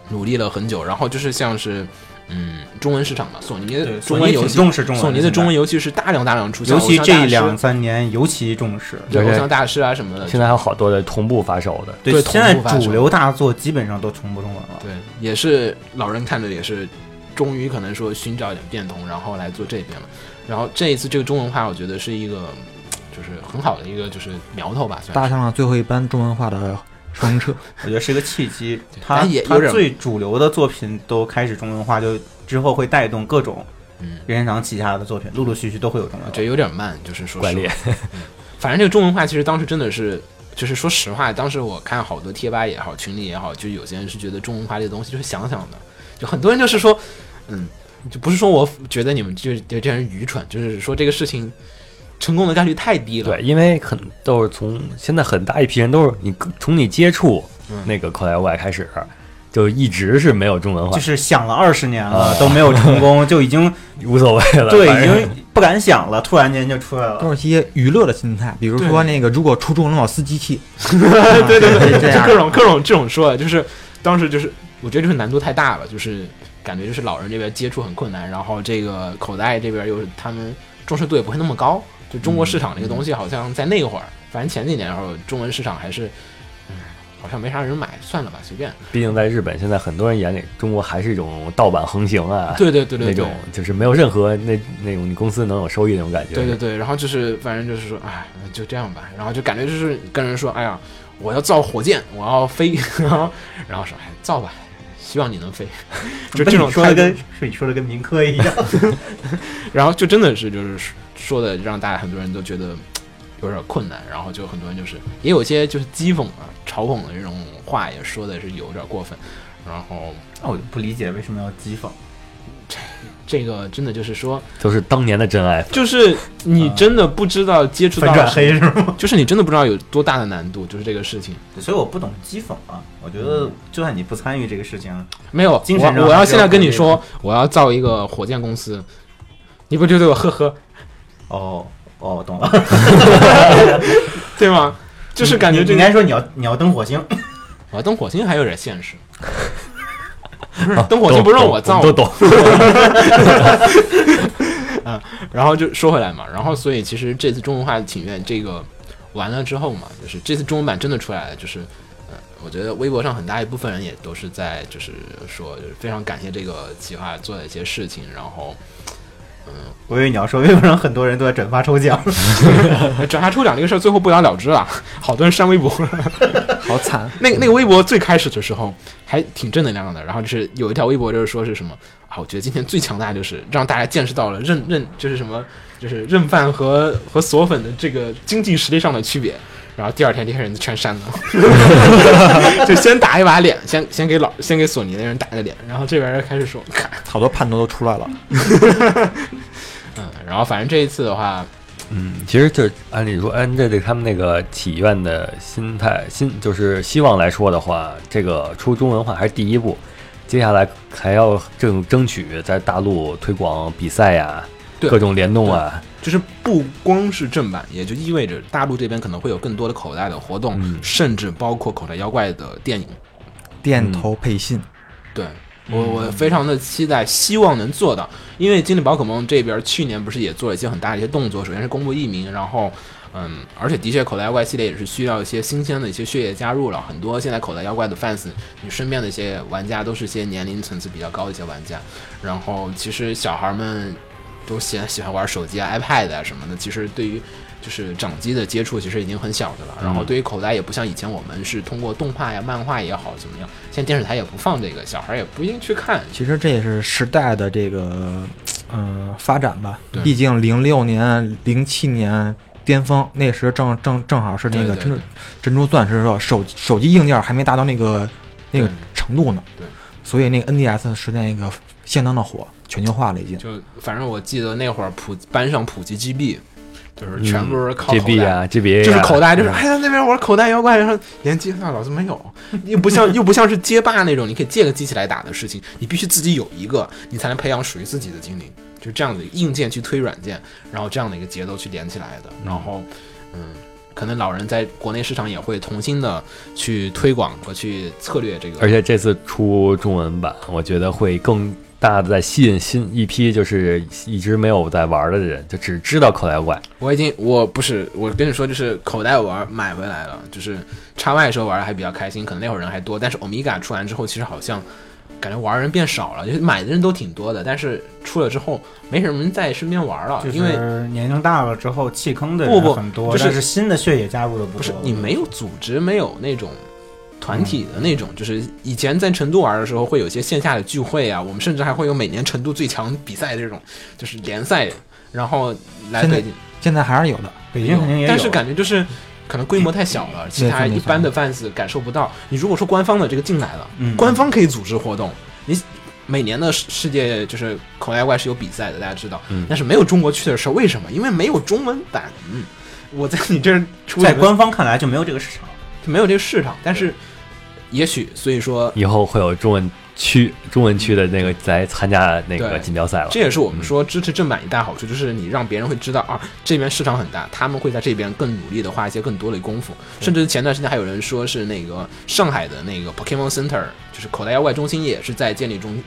S1: 努力了很久，然后就是像是嗯中文市场嘛，索尼的
S4: 对
S1: 中
S4: 索
S1: 文
S4: 尼
S1: 游
S4: 挺
S1: 戏，
S4: 重视中文
S1: 索尼的
S4: 现在
S1: 中文游戏是大量大量出现，
S4: 尤其
S1: 偶像大
S4: 这
S1: 师
S4: 两三年尤其重视。
S1: 对
S2: 对
S1: 偶像大师啊什么的，
S2: 现在还有好多的同步发售的，
S1: 对
S4: 现在
S1: 同步发售
S4: 主流大作基本上都重播中文了。
S1: 对也是老人看着也是，终于可能说寻找一点变通，然后来做这边了。然后这一次这个中文化，我觉得是一个就是很好的一个就是苗头吧，算
S5: 搭
S1: 是。
S5: 上了最后一班中文化的双轮车。
S4: 我觉得是一个契机
S1: 对。
S4: 它
S1: 但也
S4: 它
S1: 有点
S4: 最主流的作品都开始中文化，就之后会带动各种
S1: 嗯，
S4: 任天堂旗下的作品，陆陆续续都会有中文
S1: 我
S4: 化
S1: 觉。得有点慢，就是说
S2: 怪
S1: 实
S2: 猎
S1: 话。反正这个中文化其实当时真的是，就是说实话，当时我看好多贴吧也好，群里也好，就有些人是觉得中文化这个东西就是想想的，就很多人就是说，嗯，就不是说我觉得你们就就这样愚蠢，就是说这个事情成功的概率太低了。
S2: 对，因为很都是从现在很大一批人都是你从你接触
S1: 嗯
S2: 那个口袋妖怪开始，就一直是没有中文化
S4: 就，是想了二十年了
S2: 啊
S4: 都没有成 功，就已经
S2: 无所谓了。
S4: 对
S2: 反
S4: 已
S2: 正
S4: 经不敢想了，突然间就出来了。
S5: 都是一些娱乐的心态，比如说
S1: 对
S5: 那个如果出中文我撕机器，
S1: 对对对，
S5: 这
S1: 就
S5: 样
S1: 各种各种这种说的，就是当时就是我觉得这个难度太大了，就是感觉就是老人这边接触很困难，然后这个口袋这边又是他们重视度也不会那么高，就中国市场这个东西，好像在那会儿，反正前几年的时候，中文市场还是，嗯，好像没啥人买，算了吧，随便。
S2: 毕竟在日本，现在很多人眼里，中国还是一种盗版横行啊，
S1: 对对对对对
S2: 那种。就是没有任何那那种你公司能有收益那种感觉。
S1: 对对对，然后就是反正就是说，哎，就这样吧，然后就感觉就是跟人说，哎呀，我要造火箭，我要飞， 然后然后说，哎，造吧，希望你能飞， 就这种
S4: 说
S1: 态
S4: 的
S1: 度
S4: 跟是你说的跟民科一样，
S1: 然后就真的是就是说说的让大家很多人都觉得有点困难，然后就很多人就是也有一些就是讥讽啊、嘲讽的这种话也说的是有点过分，然后
S4: 那我就不理解为什么要讥讽。
S1: 这个真的就是 说，
S2: 都是当年的真爱。
S1: 就是你真的不知道接触
S4: 呃粉
S1: 到
S4: 转黑是吗？
S1: 就是你真的不知道有多大的难度，就是这个事情
S4: 所以我不懂讥讽啊，我觉得就算你不参与这个事情，
S1: 没有。
S4: 精
S1: 我
S4: 神上
S1: 我要
S4: 还是
S1: 现在
S4: 要
S1: 跟你
S4: 鼓励
S1: 说，我要造一个火箭公司，你不就对我呵呵，
S4: 哦哦，我懂了，
S1: 对吗？ 就是感觉
S4: 你
S1: 这
S4: 应
S1: 个
S4: 该说你要你要登火星，
S1: 我要登火星还有点现实，不是登火星不让我
S4: 哦
S1: 造
S2: 都懂。
S1: 然后就说回来嘛，然后所以其实这次中文化请愿这个完了之后嘛，就是这次中文版真的出来了，就是呃，我觉得微博上很大一部分人也都是在就是说就是非常感谢这个企划做的一些事情，然后
S4: 我以为你要说微博上很多人都在转发抽奖，
S1: 呃转发抽奖这个事儿最后不了了之了，啊好多人删微博了。
S5: 好惨，
S1: 那个那个微博最开始的时候还挺正能量的，然后就是有一条微博就是说是什么啊？我觉得今天最强大就是让大家见识到了认认就是什么就是认饭和和锁粉的这个经济实力上的区别。然后第二天这些人就全删了， 就先打一把脸，先先给老先给索尼的人打一个脸，然后这边人开始说，看，
S5: 好多叛徒都出来了。
S1: 嗯，然后反正这一次的话，
S2: 嗯，其实就是按理说，按这对他们那个祈愿的心态、心就是希望来说的话，这个出中文化还是第一步。接下来还要争争取在大陆推广比赛呀、
S1: 对
S2: 各种联动啊，
S1: 就是不光是正版，也就意味着大陆这边可能会有更多的口袋的活动，
S2: 嗯
S1: 甚至包括口袋妖怪的电影。嗯
S5: 电头配信，
S1: 对我，我非常的期待，希望能做到，因为精灵宝可梦这边去年不是也做了一些很大的一些动作，首先是公布译名，然后。嗯，而且的确，口袋妖怪系列也是需要一些新鲜的一些血液加入了。很多现在口袋妖怪的 fans，你身边的一些玩家都是一些年龄层次比较高的一些玩家。然后，其实小孩们都喜喜欢玩手机啊、iPad 啊什么的。其实对于就是掌机的接触，其实已经很小的了。然后对于口袋也不像以前我们是通过动画呀、漫画也好怎么样，现在电视台也不放这个，小孩也不一定去看。
S5: 其实这也是时代的这个呃发展吧
S1: 对。
S5: 毕竟零六年、零七年巅峰，那时正正正好是那
S1: 对对
S5: 个珍珠
S1: 对
S5: 珍珠钻石时候，手手机硬件还没达到那个那个
S1: 对
S5: 程度呢。
S1: 对，
S5: 所以那个 NDS 是那个相当的火，全球化了已经。
S1: 就反正我记得那会儿普班上普及 GB，就是全部是靠口袋。
S2: GB 啊，GBA 啊
S1: 就是口袋，就是哎呀，那边玩口袋妖怪，然后连机那老子没有，又不像又不像是街霸那种，你可以借个机器来打的事情，你必须自己有一个，你才能培养属于自己的精灵，就这样子硬件去推软件，然后这样的一个节奏去连起来的，然后嗯，可能老人在国内市场也会重新的去推广和去策略这个，
S2: 而且这次出中文版，我觉得会更大的在吸引新一批，就是一直没有在玩的人，就只知道口袋妖怪。
S1: 我已经我不是我跟你说，就是口袋玩买回来了，就是叉 Y 的时候玩的还比较开心，可能那会儿人还多，但是欧米伽出完之后，其实好像感觉玩的人变少了，就是买的人都挺多的，但是出了之后没什么人在身边玩了，
S4: 就
S1: 啊因为
S4: 是年龄大了之后弃坑的
S1: 不
S4: 人
S1: 不
S4: 很多，
S1: 就是
S4: 但是新的血液加入的不
S1: 不是
S4: 多嗯
S1: 你没有组织，没有那种团体的那种，就是以前在成都玩的时候，会有一些线下的聚会啊，我们甚至还会有每年成都最强比赛这种，就是联赛，然后来
S5: 现在
S1: 北京。
S5: 现在还是有的，
S4: 北京肯定也有，
S1: 但是感觉就是可能规模太小了，其他一般的 fans 感受不到。你如果说官方的这个进来了，
S4: 嗯
S1: 官方可以组织活动，你。每年的世世界就是口袋怪是有比赛的，大家知道，
S2: 嗯
S1: 但是没有中国区的时候，为什么？因为没有中文版。嗯我在你这儿出
S4: 嗯在
S1: 一个
S4: 官方看来就没有这个市场。
S1: 没有这个市场，但是也许所以说
S2: 以后会有中文区中文区的那个来参加那个
S1: 对
S2: 锦标赛了
S1: 这。也是我们说支持正版一大好处，就是你让别人会知道啊，这边市场很大，他们会在这边更努力的花一些更多的功夫。
S2: 嗯
S1: 甚至前段时间还有人呃说是那个上海的那个 Pokemon Center，就是口袋妖怪中心也是在建立中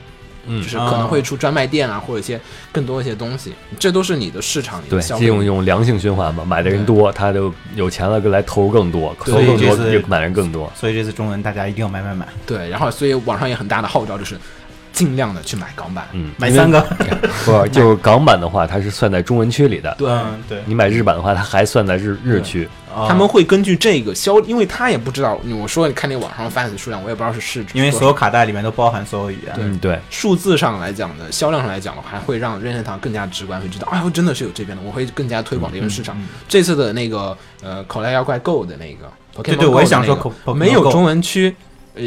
S2: 嗯
S1: 就是可能会出专卖店啊，或者一些更多一些东西，这都是你的市场，你
S2: 对，
S1: 的消
S2: 这
S1: 费。
S2: 种一种良性循环嘛，买的人多，他就有钱了，就来投入更多，投
S4: 所
S2: 入
S4: 以
S2: 更
S4: 这
S2: 多
S4: 次
S2: 也买人更多。
S4: 所以这次中文大家一定要买买买，
S1: 对，然后所以网上也很大的号召就是尽量的去买港版，
S2: 嗯，
S4: 买三个。
S2: 不就是港版的话，它是算在中文区里的。
S1: 对。
S4: 嗯，对，啊哦
S2: 你买日版的话，它还算在日日区。
S1: 他们会根据这个销，因为他也不知道，我说你看那网上贩子数量，我也不知道是是，
S4: 因为所有卡带里面都包含所有语言。
S1: 对
S2: 嗯，对，
S1: 数字上来讲的销量上来讲的话，还会让任天堂更加直观，会知道，哎呦，真的是有这边的，我会更加推广这个市场。
S4: 嗯嗯
S1: 这次的那个呃，口袋妖怪 Go 的那个，
S4: 对
S1: Pokemon
S4: 对，
S1: Go
S4: 我也想
S1: 的
S4: 说
S1: 那
S4: 口
S1: 个，没有中文区，呃，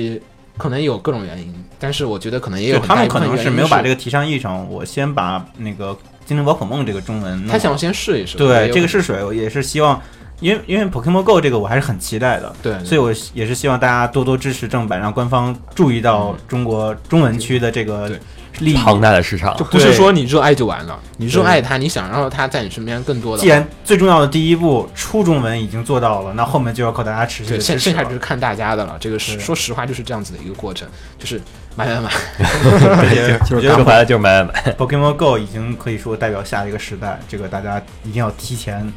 S1: 可能有各种原因，但是我觉得可能也有
S4: 对，
S1: 很
S4: 他
S1: 大
S4: 们
S1: 一部
S4: 可
S1: 分
S4: 能
S1: 原因
S4: 是
S1: 是
S4: 没有把这个提上议程。我先把那个精灵宝可梦这个中文弄好，
S1: 他想先试一试，也
S4: 对
S1: 有
S4: 这个试水，我也是希望，因为因为 Pokemon Go 这个我还是很期待的，
S1: 对，对
S4: 所以我也是希望大家多多支持正版，让官方注意到中国中文区的这
S1: 嗯
S4: 个
S1: 对
S4: 利益。
S2: 庞大的市场
S1: 就。不是说你热爱就完了，你热
S4: 对
S1: 爱它，你想让它在你身边更多的话，
S4: 既然最重要的第一步出中文已经做到了，那后面就要靠大家持续
S1: 对，
S4: 的
S1: 剩
S4: 支
S1: 剩
S4: 持
S1: 下 就
S4: 了。
S1: 是看大家的了。这个是
S4: 对
S1: 说实话就是这样子的一个过程，就是买买买，
S2: 就
S4: 对我
S2: 是
S4: 觉得
S2: 说白了就是买买买。
S4: Pokemon Go 已经可以说代表下一个时代，这个大家一定要提前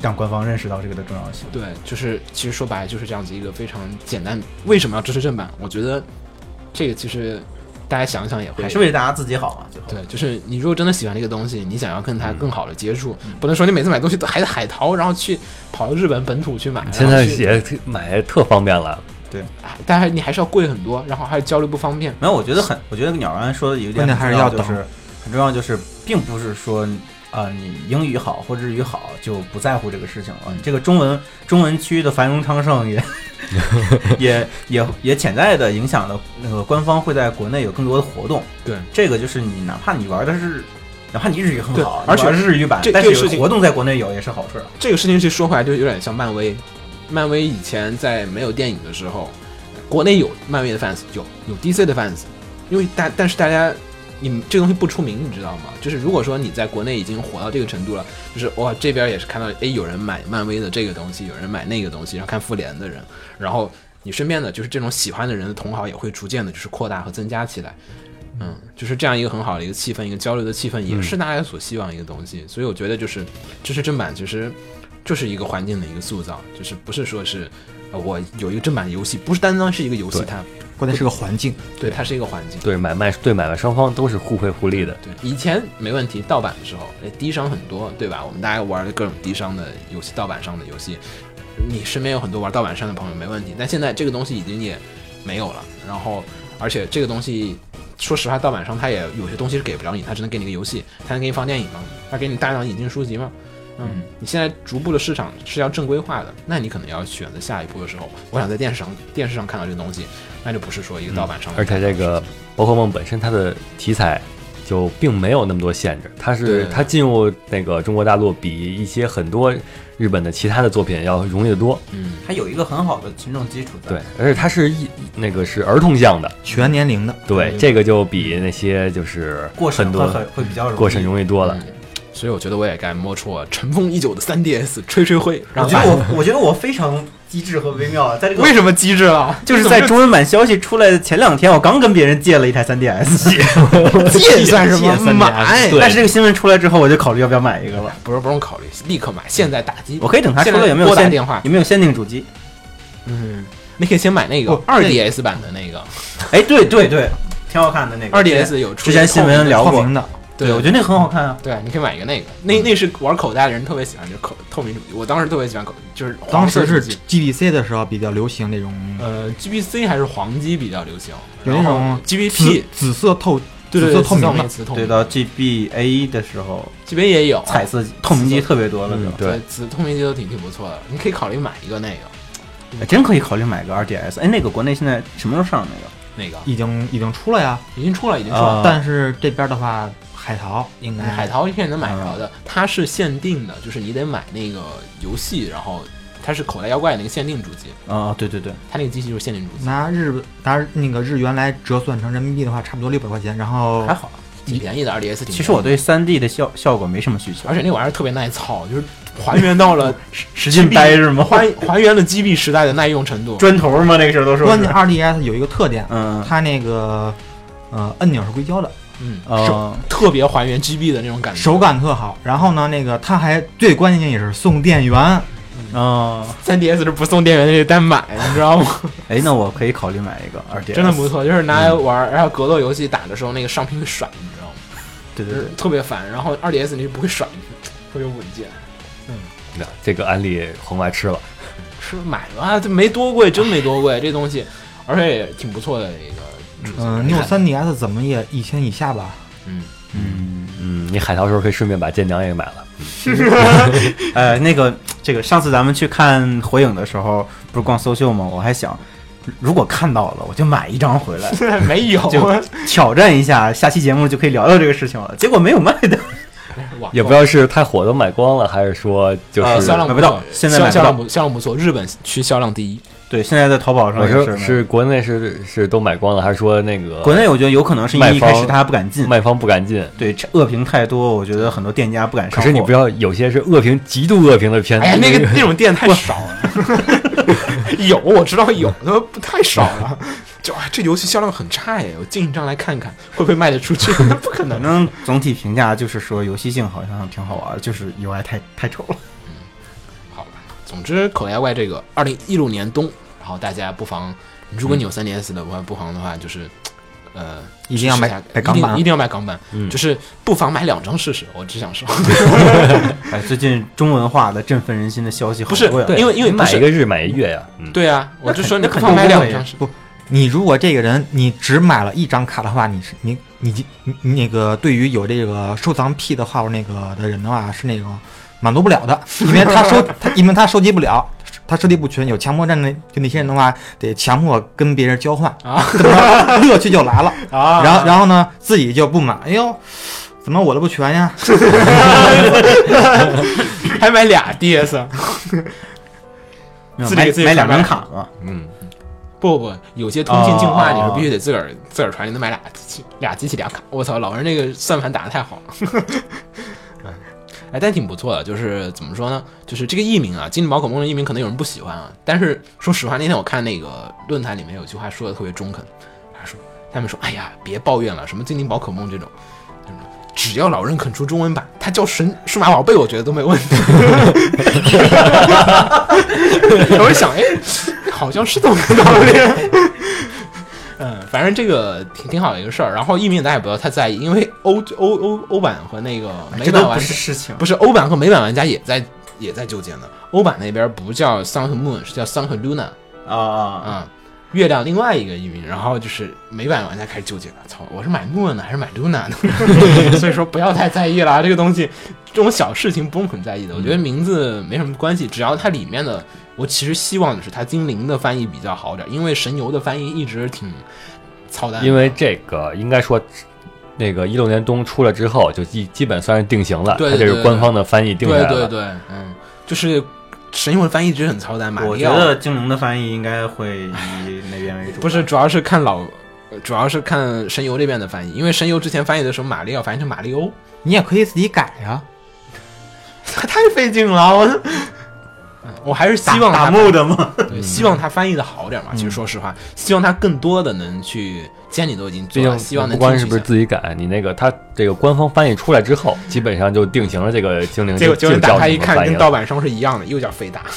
S4: 让官方认识到这个的重要性。
S1: 对，就是其实说白了就是这样子一个非常简单。为什么要支持正版？我觉得这个其实大家想想也会
S4: 还是为大家自己好嘛，最后。
S1: 对，就是你如果真的喜欢这个东西，你想要跟
S2: 嗯
S1: 它更好的接触，不能说你每次买东西都还是海淘，然后去跑到日本本土去买，
S2: 现在
S1: 然后去
S2: 也买特方便了，
S1: 哎但还你还是要贵很多，然后还有交流不方便。
S4: 没有，我觉得很，我觉得鸟儿刚才说的有一点
S5: 关键还是要
S4: 很重
S5: 等
S4: 就是很重要，就是并不是说啊、呃你英语好或者日语好就不在乎这个事情了。你这个中文中文区的繁荣昌盛也 也也也潜在的影响了那个官方会在国内有更多的活动。
S1: 对，
S4: 这个就是你哪怕你玩的是。哪怕你日语很
S1: 对
S4: 好，
S1: 而且
S4: 你玩的是日语版
S1: 这，
S4: 但
S1: 这
S4: 是
S1: 个
S4: 有
S1: 事情
S4: 活动在国内有也是好事儿。
S1: 这个事情其实说回来就有点像漫威，漫威以前在没有电影的时候，国内有漫威的 fans，有有 DC 的 fans，因为大但是大家你这个东西不出名，你知道吗？就是如果说你在国内已经火到这个程度了，就是哇这边也是看到诶有人买漫威的这个东西，有人买那个东西，然后看复联的人，然后你身边的就是这种喜欢的人的同好也会逐渐的就是扩大和增加起来。嗯，就是这样一个很好的一个气氛，一个交流的气氛，也是大家所希望的一个东西。所以我觉得就是支持正版，其实就是一个环境的一个塑造，就是不是说是呃我有一个正版游戏，不是单单是一个游戏
S2: 对，
S1: 它
S5: 关键是个环境。
S1: 对它是一个环境。
S2: 对买卖对买卖双方都是互惠互利的。
S1: 对，以前没问题，盗版的时候，哎，低商很多，对吧？我们大家玩的各种低商的游戏，盗版上的游戏，你身边有很多玩盗版商的朋友没问题。但现在这个东西已经也没有了，然后而且这个东西，说实话，盗版商他也有些东西是给不了你，他只能给你个游戏，他能给你放电影吗？他给你大量引进书籍吗？嗯，你现在逐步的市场是要正规化的，那你可能要选择下一步的时候，我想在电视上电视上看到这个东西，那就不是说一个盗版商、
S2: 嗯而且这个宝可梦本身它的题材就并没有那么多限制，它
S1: 对
S2: 是它进入那个中国大陆比一些很多日本的其他的作品要容易得多。
S1: 嗯，
S4: 它有一个很好的群众基础在。
S2: 对，，而且它是一那个是儿童向的，
S5: 全年龄的，
S2: 对，这个就比那些就是
S4: 嗯过
S2: 很
S4: 审
S2: 多
S4: 会很会比较容易。嗯
S2: 过审容易多了。
S1: 所以我觉得我也该摸出我尘封已久的 3DS 吹吹灰，然后
S4: 我觉
S1: 把
S4: 得我我觉得我非常机智和微妙啊，在这个
S1: 为什么机智了？
S4: 就是在中文版消息出来的前两天，我刚跟别人借了一台 3DS，
S1: 借算什么
S4: 借 3DS
S1: 买？
S4: 哎但是这个新闻出来之后，我就考虑要不要买一个了。
S1: 不是不用考虑，立刻买，现在打机。
S4: 我可以等它出
S1: 现
S4: 来
S1: 在
S4: 有没有
S1: 拨打
S4: 限
S1: 电话
S4: 有没有限定主机？
S1: 嗯，你可以先买那个
S5: 不
S1: 二 DS 版的那个，
S4: 哎，对对对，挺好看的那个
S1: 二 DS 有出
S4: 之前新闻聊
S5: 透
S4: 过
S5: 明，的，
S4: 对
S1: 对，
S4: 我觉得那个很好看啊。
S1: 对，你可以买一个那个，那那是玩口袋的人特别喜欢，就是口透明主机。我当时特别喜欢口，就是
S5: 当
S1: 黄色
S5: 时
S1: 主
S5: 是
S1: 机。
S5: GBC 的时候比较流行这种，
S1: 呃，GBC 还是黄机比较流行，
S5: 有那
S1: 然后
S5: 种紫
S1: GBP，
S5: 紫色透
S1: 对
S5: 紫
S1: 对
S5: 色
S1: 对，
S5: 透明的
S1: 的，紫色透
S4: 对，
S1: 明
S4: 到 GBA 的时候，
S1: ，GBA 也有
S4: 彩色透明机特别多了，
S2: 嗯
S4: 对吧？
S1: 对，紫透明机都挺挺不错的，你可以考虑买一个那个
S4: 哎真可以考虑买个 2DS。哎，那个国内现在什么时候上那个？
S1: 那个
S5: 已经已经出了呀，
S1: 已经出了，已经出了。
S4: 啊
S5: 但是这边的话，海淘应该
S1: 海淘应该能买着
S4: 啊
S1: 的，它是限定的，就是你得买那个游戏，然后它是口袋妖怪那个限定主机，
S4: 啊，对对对，
S1: 它那个机器就是限定主机，
S5: 拿日拿那个日元来折算成人民币的话，差不多六百块钱。然后
S4: 还好。
S1: 挺便宜的 2DS 挺便宜的。
S4: 其实我对 3D 的效效果没什么需求，
S1: 而且那玩意儿特别耐操，就是 还原到了
S4: 使劲掰是吗？
S1: 还还原了 GB 时代的耐用 程度。
S4: 砖头吗？那个时候都说
S5: 关键
S4: 是。
S5: 2DS 有一个特点，
S4: 嗯，
S5: 它那个呃按钮是硅胶的，
S1: 嗯，
S4: 呃，
S1: 特别还原 GB 的那种感觉，
S5: 手感特好。然后呢，那个它还最关键也是送电源，
S4: 嗯，
S1: 3DS 是不送电源的，这单买，你知道吗？
S4: 哎，那我可以考虑买一个二 D，
S1: 真的不错，就是拿
S4: 嗯
S1: 来玩儿，然后格斗游戏打的时候那个上屏会甩，你知道吗？
S4: 对
S1: 就
S4: 对
S1: 是
S4: 对，
S1: 特别烦。然后 2DS 你就不会甩，特别稳健。
S2: 那这个安利红外吃了，
S1: 是买 吧，这没多贵，真没多贵，这东西，而且也挺不错的一个。
S5: 嗯，你有 3DS 怎么也一千以下吧？
S1: 嗯，，
S2: 嗯，你海淘时候可以顺便把舰娘也买了，
S4: 呃，那个这个上次咱们去看火影的时候，不是逛搜秀吗？我还想，如果看到了，我就买一张回来
S1: 没有，
S5: 啊
S4: 就挑战一下，下期节目就可以聊聊这个事情了。结果没有卖的，
S1: 网购
S4: 哦
S2: 也不知道是太火都买光了，还是说就
S4: 呃
S2: 是
S1: 销量
S4: 买
S1: 不
S4: 不到现在
S1: 销
S4: 买不
S1: 销量
S4: 到
S1: 不销量不错，日本区销量第一。
S4: 对，现在在淘宝上
S2: 我
S4: 也
S2: 说
S4: 是
S2: 是国内是是都买光了，还是说那个
S4: 国内，我觉得有可能是因为一开始他还不敢进，
S2: 卖方不敢进？
S4: 对恶评太多，我觉得很多店家不敢
S2: 可
S4: 上货。
S2: 是你不要有些是恶评极度恶评的片子，
S1: 哎呀，那个那种店太少了，有我知道有，那不太少了。就哎，这游戏销量很差耶，我进一张来看看会不会卖得出去？不可
S4: 反
S1: 能。
S4: 正总体评价就是说游戏性好像挺好玩，就是 UI 太太丑了。
S1: 好吧，总之口袋妖怪这个二零一六年冬，然后大家不妨，如果你有三 DS 的话，不妨的话就是，呃，
S5: 一定要买
S1: 试一下
S5: 买啊港版
S1: 一定一定要买港版，
S2: 嗯
S1: 就是不妨买两张试试。我只想说，
S4: 哎，最近中文化的振奋人心的消息好
S1: 不是
S4: 多呀。
S2: 对，
S1: 因为因为不
S2: 买
S1: 是
S2: 一个日买一月呀，嗯，
S1: 对啊，我就说你
S4: 那
S1: 不
S4: 肯
S1: 妨买
S4: 那肯定
S1: 两
S4: 贵呀
S1: 张试试。
S5: 你如果这个人你只买了一张卡的话，你是你你你你那个对于有这个收藏癖的话，那个的人的话是那个满足不了 的，因为他收他因为他收集不了，他收集不全，有强迫症的就那些人的话，得强迫跟别人交换
S1: 啊，
S5: 怎么着乐趣就来了。
S1: 啊
S5: 然后然后呢，自己就不买，哎呦，怎么我的不全呀？
S1: 还买俩 DS，
S4: 没有
S1: 自己
S4: 买
S1: 给自己
S4: 买
S1: 买
S4: 两张
S1: 吧
S4: 卡嘛，
S2: 嗯，
S1: 不不，有些通信进化
S4: 哦
S1: 你是必须得自个儿自个儿传，你能买俩机器，俩机器俩卡。我操，老人那个算盘打的太好了。哎，但挺不错的，就是怎么说呢？就是这个译名啊，精灵宝可梦的译名可能有人不喜欢啊，但是说实话，那天我看那个论坛里面有句话说的特别中肯，他说他们说，哎呀，别抱怨了，什么精灵宝可梦这种，就是只要老人肯出中文版，他叫神数码宝贝，我觉得都没问题。 我就想，哎，好像是这么个道理。 嗯，反正这个挺挺好的一个事儿，然后译名大家也不要太在意，因为欧欧欧欧版和那个美
S4: 哎这
S1: 版
S4: 都
S1: 玩
S4: 不
S1: 家
S4: 是事情。
S1: 不是欧版和美版玩家也在也在纠结呢。欧版那边不叫 Sun 和 Moon，是叫 Sun 和 Luna
S4: 啊啊！
S1: 啊、月亮另外一个译名。然后就是美版玩家开始纠结了，操，我是买 Moon 呢还是买 Luna 呢？ 所以说不要太在意了，这个东西这种小事情不用很在意的。我
S2: 嗯
S1: 觉得名字没什么关系，只要它里面的，我其实希望的是它精灵的翻译比较好点儿，因为神游的翻译一直挺操蛋的。
S2: 嗯因为这个应该说。那个一六年冬出了之后，就基基本算是定型了，
S1: 对
S2: 它这
S1: 对
S2: 是
S1: 对
S2: 官方的翻译定下来
S1: 对
S2: 了。
S1: 对对，嗯，就是神游的翻译一直很操蛋，马
S4: 我
S1: 里
S4: 觉
S1: 奥。
S4: 得精灵的翻译应该会以那边为主吧，
S1: 不是，主要是看老，主要是看神游这边的翻译，因为神游之前翻译的时候，马里奥翻译成马里欧，
S5: 你也可以自己改呀、
S1: 他 太费劲了。我，嗯我还是希望
S4: 打
S1: 他
S4: 木 的吗？
S2: 嗯
S1: 对希望他翻译的好点嘛。其实说实话，希望他更多的能去，既然你都已经
S2: 毕
S1: 做了，
S2: 竟
S1: 希望
S2: 不
S1: 能
S2: 光
S1: 听
S2: 是不是
S1: 取一下。
S2: 自己改，你那个它这个官方翻译出来之后，基本上就定型了这个精灵
S1: 结
S2: 就
S1: 果结果
S2: 就
S1: 你
S2: 叫
S1: 打开一
S2: 什么
S1: 看，
S2: 翻译
S1: 跟
S2: 了嗯
S1: 盗版商是一样的，又叫费达。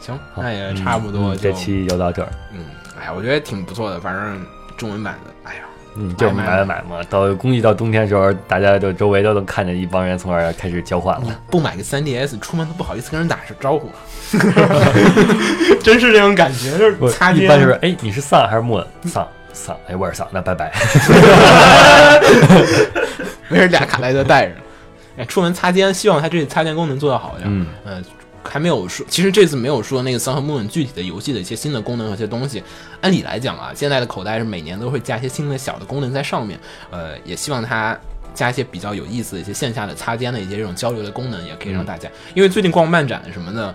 S1: 行，
S2: 好
S1: 那也哎差不
S2: 嗯
S1: 多
S2: 嗯
S1: 就
S2: 这，期就到这儿，
S1: 嗯，哎，我觉得挺不错的，反正中文版的，哎呀，
S2: 嗯，就是
S1: 买
S2: 买买买嘛。到估计到冬天的时候，大家就周围都能看见一帮人从那儿开始交换
S1: 你
S2: 了。
S1: 不买个 3DS，出门都不好意思跟人打声招 呼，真是这种感觉，就
S2: 不
S1: 是擦肩。
S2: 一般就是哎，你是丧还是木丧丧？哎，我是丧，那拜拜。
S1: 没人俩卡带就带着。哎，出门擦肩，希望它这擦肩功能做得好一点。
S2: 嗯，
S1: 呃，还没有说，其实这次没有说那个《三和 Moon》具体的游戏的一些新的功能和一些东西。按理来讲啊，现在的口袋是每年都会加一些新的小的功能在上面。呃，也希望它加一些比较有意思的一些线下的擦肩的一些这种交流的功能，也可以让大家，因为最近逛漫展什么的。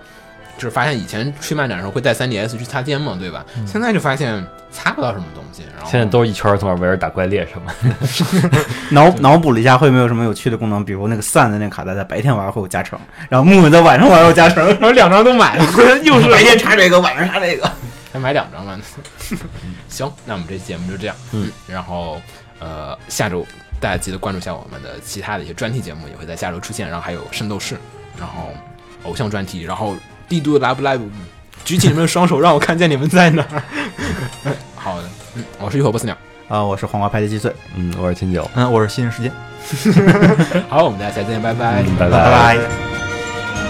S1: 就是发现以前去漫展的时候会带 3DS 去擦肩嘛，对吧？现在就发现擦不到什么东西，然后
S2: 现在都是一圈儿从那儿围着打怪猎什么。
S4: 脑脑补了一下会没有什么有趣的功能，比如那个散的那个卡带在白天玩会有加成，然后木木在晚上玩有加成，
S1: 然后两张都买了，又是
S4: 白天插这个，晚上插这个。
S6: 再买两张吧。 行，那我们这期节目就这样。
S5: 嗯，
S6: 然后呃，下周大家记得关注一下我们的其他的一些专题节目，也会在下周出现。然后还有圣斗士，然后偶像专题，然后帝都 Love Live，举起你们的双手，让我看见你们在哪儿。 好的，嗯，我是浴火不死鸟。
S5: 啊、我是黄瓜派的鸡碎。
S2: 嗯，我是秦九，
S4: 嗯，我是新人时间，
S6: 好，我们大家下期见，拜拜。
S2: 嗯拜
S4: 拜拜。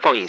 S6: 放映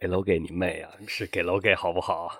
S2: 给楼给你妹啊！是给楼给好不好？